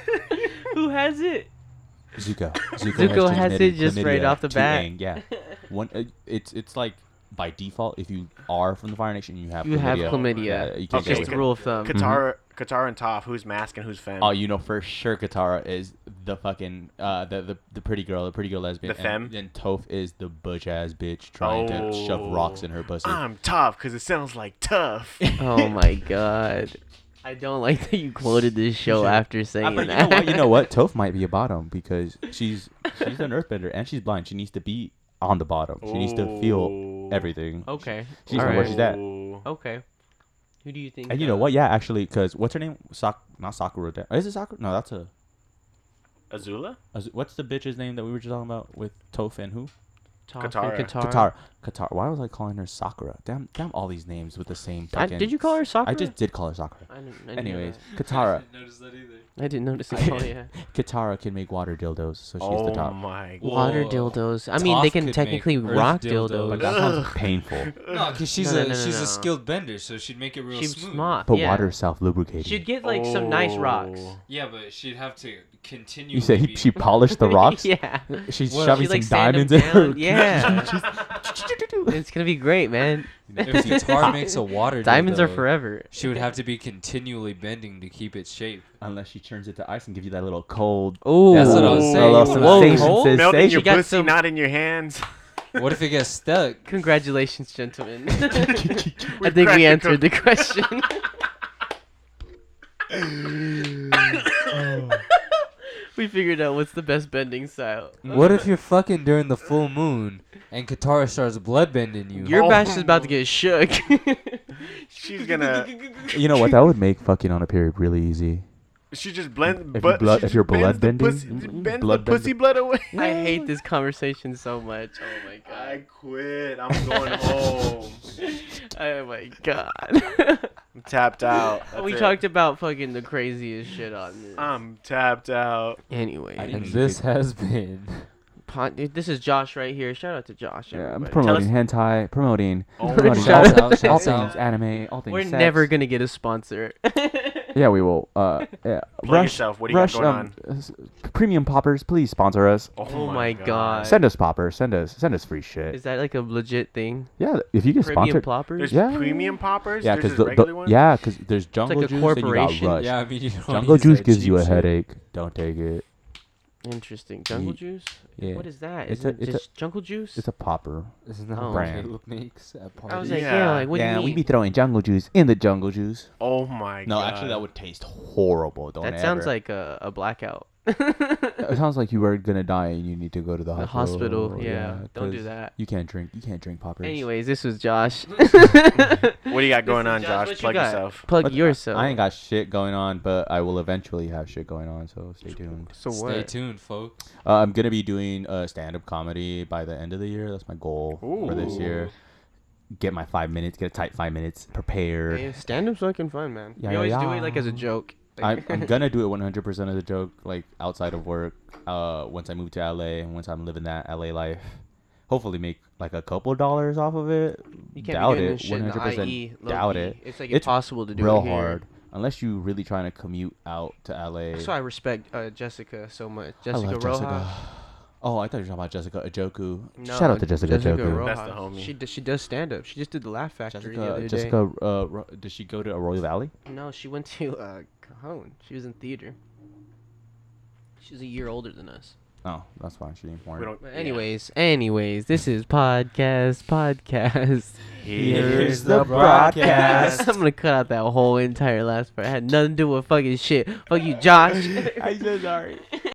S2: Who has it? (coughs)
S4: Zuko.
S2: Zuko
S4: has,
S2: has
S4: transmitted
S2: it just right
S4: chlamydia
S2: off the
S4: to
S2: bat.
S4: Aang, Yeah,
S3: (laughs)
S4: one. Uh, it's it's like by default, if you are from the Fire Nation, you have
S2: You have
S4: chlamydia.
S2: chlamydia.
S4: Yeah, you
S2: It's
S4: can't
S3: Okay,
S4: get
S2: just
S4: away.
S2: a rule of thumb.
S3: Katara, Katara and Toph. Who's mask and who's femme?
S4: Mm-hmm. Oh, you know for sure Katara is the fucking uh the the, the pretty girl, the pretty girl lesbian.
S3: The femme?
S4: And, and Toph is the butch ass bitch trying to
S3: Oh.
S4: shove rocks in her pussy.
S3: I'm tough because it sounds like
S4: (laughs)
S3: tough.
S2: Oh my god. I don't like that you quoted this show after
S4: Uh,
S2: saying
S4: but you know
S2: that.
S4: what? You know what? Toph might be a bottom because she's she's an earthbender and she's blind. She needs to be on the bottom. She needs to feel
S3: Ooh. Oh.
S4: everything.
S2: (laughs) Okay.
S4: She's
S2: All
S4: from
S2: right.
S4: where she's at.
S3: Ooh.
S2: Okay. Who do you think?
S4: And you know
S2: uh,
S4: what? Yeah, actually, because what's her name? Sak, not Sakura. da- Is it Sakura? No, that's a.
S3: Azula?
S4: Azu- What's the bitch's name that we were just talking about with Toph and who?
S2: Toph and
S3: Katara.
S2: Katara.
S4: Katara. Katara. Why was I calling her Sakura? Damn, damn, all these names with the same.
S2: I-
S4: fucking-
S2: did you call her Sakura?
S4: I just did call her Sakura.
S2: I didn't, I didn't know
S4: Anyways,
S1: (laughs)
S2: that. (laughs)
S4: Katara.
S1: didn't notice that either.
S2: I didn't notice
S4: I-
S2: it. Oh
S4: (laughs)
S2: yeah.
S4: Katara can make water dildos, so she's the
S3: Oh
S4: top.
S3: my
S1: Wha-
S2: Water
S1: Whoa.
S2: dildos. I mean, they
S1: Toph could
S2: can
S1: make
S2: technically
S1: earth
S2: rock
S1: dildos.
S4: But
S2: dildos.
S4: that
S3: (laughs)
S4: sounds painful.
S1: No, because she's
S2: No,
S1: a
S2: no, no,
S1: she's
S2: no.
S1: a skilled bender, so she'd make it real
S2: She's
S1: smooth.
S2: smart.
S4: But
S2: yeah.
S4: water self lubricating.
S2: She'd get like some nice rocks.
S3: Oh.
S1: Yeah, but she'd have to continue.
S4: You say he, (laughs) she polished the
S2: (laughs)
S4: rocks?
S2: yeah.
S4: She's
S1: Well,
S4: shoving
S2: She'd, like,
S4: some
S2: sand 'em
S4: diamonds in her.
S2: (laughs) down. Yeah. (laughs) it's gonna be great, man.
S1: If
S2: (laughs)
S1: Qatar makes a water
S2: Diamonds are
S1: dildo,
S2: forever.
S1: She would have to be continually bending to keep its shape.
S4: (laughs) Unless she turns it to ice and gives you that little cold.
S2: Oh,
S1: That's what I
S3: was
S4: Ooh,
S3: saying.
S4: little
S1: Whoa.
S4: sensation,
S1: Cold?
S4: sensation.
S3: Melt in your
S2: She got
S3: pussy,
S2: some-
S3: not in your hands. (laughs)
S1: What if it gets
S2: (laughs)
S1: stuck?
S2: (laughs) Congratulations,
S3: (laughs)
S2: gentlemen. (laughs) I
S3: We've
S2: think
S3: cracked
S2: we
S3: the
S2: answered
S3: code.
S2: the question.
S3: (laughs)
S2: (laughs) we figured out what's the best bending style.
S1: What if you're fucking during the full moon and Katara starts bloodbending you? (laughs)
S2: Your
S3: Oh.
S2: bash is about to
S3: (laughs)
S2: get shook. (laughs)
S3: She's
S4: (laughs)
S3: gonna.
S4: You know what? That would make fucking on a period really easy.
S3: She just blends.
S4: If your blood- if your blood bending,
S3: pussy,
S4: mm,
S3: bends
S4: blood
S3: the
S4: bend-
S3: pussy
S4: (laughs)
S3: blood away.
S2: I
S3: (laughs)
S2: hate this conversation so much. Oh my god.
S3: I quit. I'm
S4: (laughs)
S3: going home.
S2: Oh my god.
S3: I'm tapped out.
S2: (laughs) we
S3: That's it. Uh,
S2: talked about fucking the craziest shit on this.
S3: I'm tapped out.
S2: anyway,
S1: And this has been.
S2: pot, dude, this is Josh right here. Shout out to Josh.
S4: Yeah, I'm
S2: everybody.
S3: promoting
S4: promoting hentai, promoting,
S3: Oh
S2: promoting
S4: all,
S2: Shout all- out to
S3: (laughs)
S2: all
S4: things
S3: things
S4: anime, all things
S2: We're never gonna get a
S4: (laughs)
S2: sponsor.
S4: Oh Yeah, we will. Uh, yeah.
S3: Plug
S4: Rush,
S3: yourself. What do you got
S4: Rush,
S3: going
S4: um, s- premium poppers, please sponsor us.
S2: Oh my God.
S4: Send us poppers. Send us, send us free shit.
S2: Is that like a legit thing?
S4: yeah, if you get
S2: Premium
S4: sponsored.
S2: ploppers?
S3: There's
S4: Yeah.
S3: premium poppers.
S4: yeah,
S3: because
S4: because the,
S3: regular
S4: the
S3: ones.
S4: yeah, because there's jungle
S2: like a
S4: juice and you got
S2: corporation.
S4: rush.
S1: Yeah, I mean, you don't
S4: jungle
S1: use
S4: juice
S1: that
S4: gives you a
S1: cheap shit.
S4: headache. Don't take it.
S2: Interesting. Jungle
S4: Ye-
S2: juice?
S4: Yeah,
S2: What is that?
S4: It's
S2: Isn't
S4: a-
S2: it
S4: it's a-
S2: just jungle juice?
S4: it's a popper.
S1: This is not
S2: Oh,
S1: what
S4: okay.
S1: Caleb makes at
S2: I was
S1: parties.
S2: like, yeah,
S3: Yeah.
S2: like what
S4: yeah,
S2: do you
S4: we
S2: mean?
S4: be throwing jungle juice in the jungle juice.
S3: Oh my
S4: No,
S3: god.
S4: actually, that would taste horrible. Don't
S2: that sounds
S4: ever.
S2: like a, a blackout. (laughs)
S4: it sounds like you were gonna die and you need to go to the
S2: The
S4: hospital.
S2: hospital, yeah, don't do
S4: 'cause
S2: that.
S4: You can't drink. You can't drink poppers.
S2: Anyways, this was Josh. (laughs)
S3: What do you got going on,
S2: Listen, Josh,
S3: Josh?
S2: what you
S3: Plug
S2: got?
S3: yourself.
S2: Plug
S4: But
S2: yourself.
S4: I ain't got shit going on, but I will eventually have shit going on. So stay tuned.
S2: so what?
S1: Stay tuned, folks.
S4: Uh, I'm gonna be doing uh, stand-up comedy by the end of the year. That's my goal for this year. Get my five minutes. Get a tight five minutes. Prepared.
S2: Hey, stand up's fucking fun, man.
S4: Yeah,
S2: we
S4: yeah,
S2: always do
S4: yeah.
S2: it like as a joke.
S4: I'm,
S2: Like, (laughs)
S4: I'm gonna do it 100% as a joke, like outside of work. Uh, once I move to LA and once I'm living that LA life, hopefully make like a couple dollars off of it.
S2: you can't
S4: (laughs) doubt
S2: be doing
S4: it.
S2: this shit in the
S4: 100%
S2: IE, low
S4: doubt
S2: key.
S4: it.
S2: It's like
S4: It's
S2: impossible to do
S4: Real
S2: it here.
S4: hard, unless you really trying to commute out to LA.
S2: That's why I respect uh, Jessica so much.
S4: I
S2: Jessica
S4: love
S2: Rojas.
S4: Jessica. (sighs) Oh, I thought you were talking about Jessica Ajoku.
S2: No,
S4: Shout out to Jessica, Ajoku.
S2: Rojas.
S3: That's the homie.
S2: She does, she does stand up. She just did the Laugh Factory the
S4: Jessica,
S2: other
S4: Jessica, uh, Ro- does she go to Arroyo Valley?
S2: day. No, she went to uh, Cajon. She was in theater. She's a year older than us.
S4: Oh, that's why she didn't
S3: We
S4: warn.
S3: don't.
S2: But anyways, anyways, this is podcast, podcast.
S4: Here's the
S2: (laughs)
S4: broadcast.
S2: I'm gonna cut out that whole entire last part. It had nothing to do with fucking shit. Fuck you, Josh.
S4: I'm so sorry.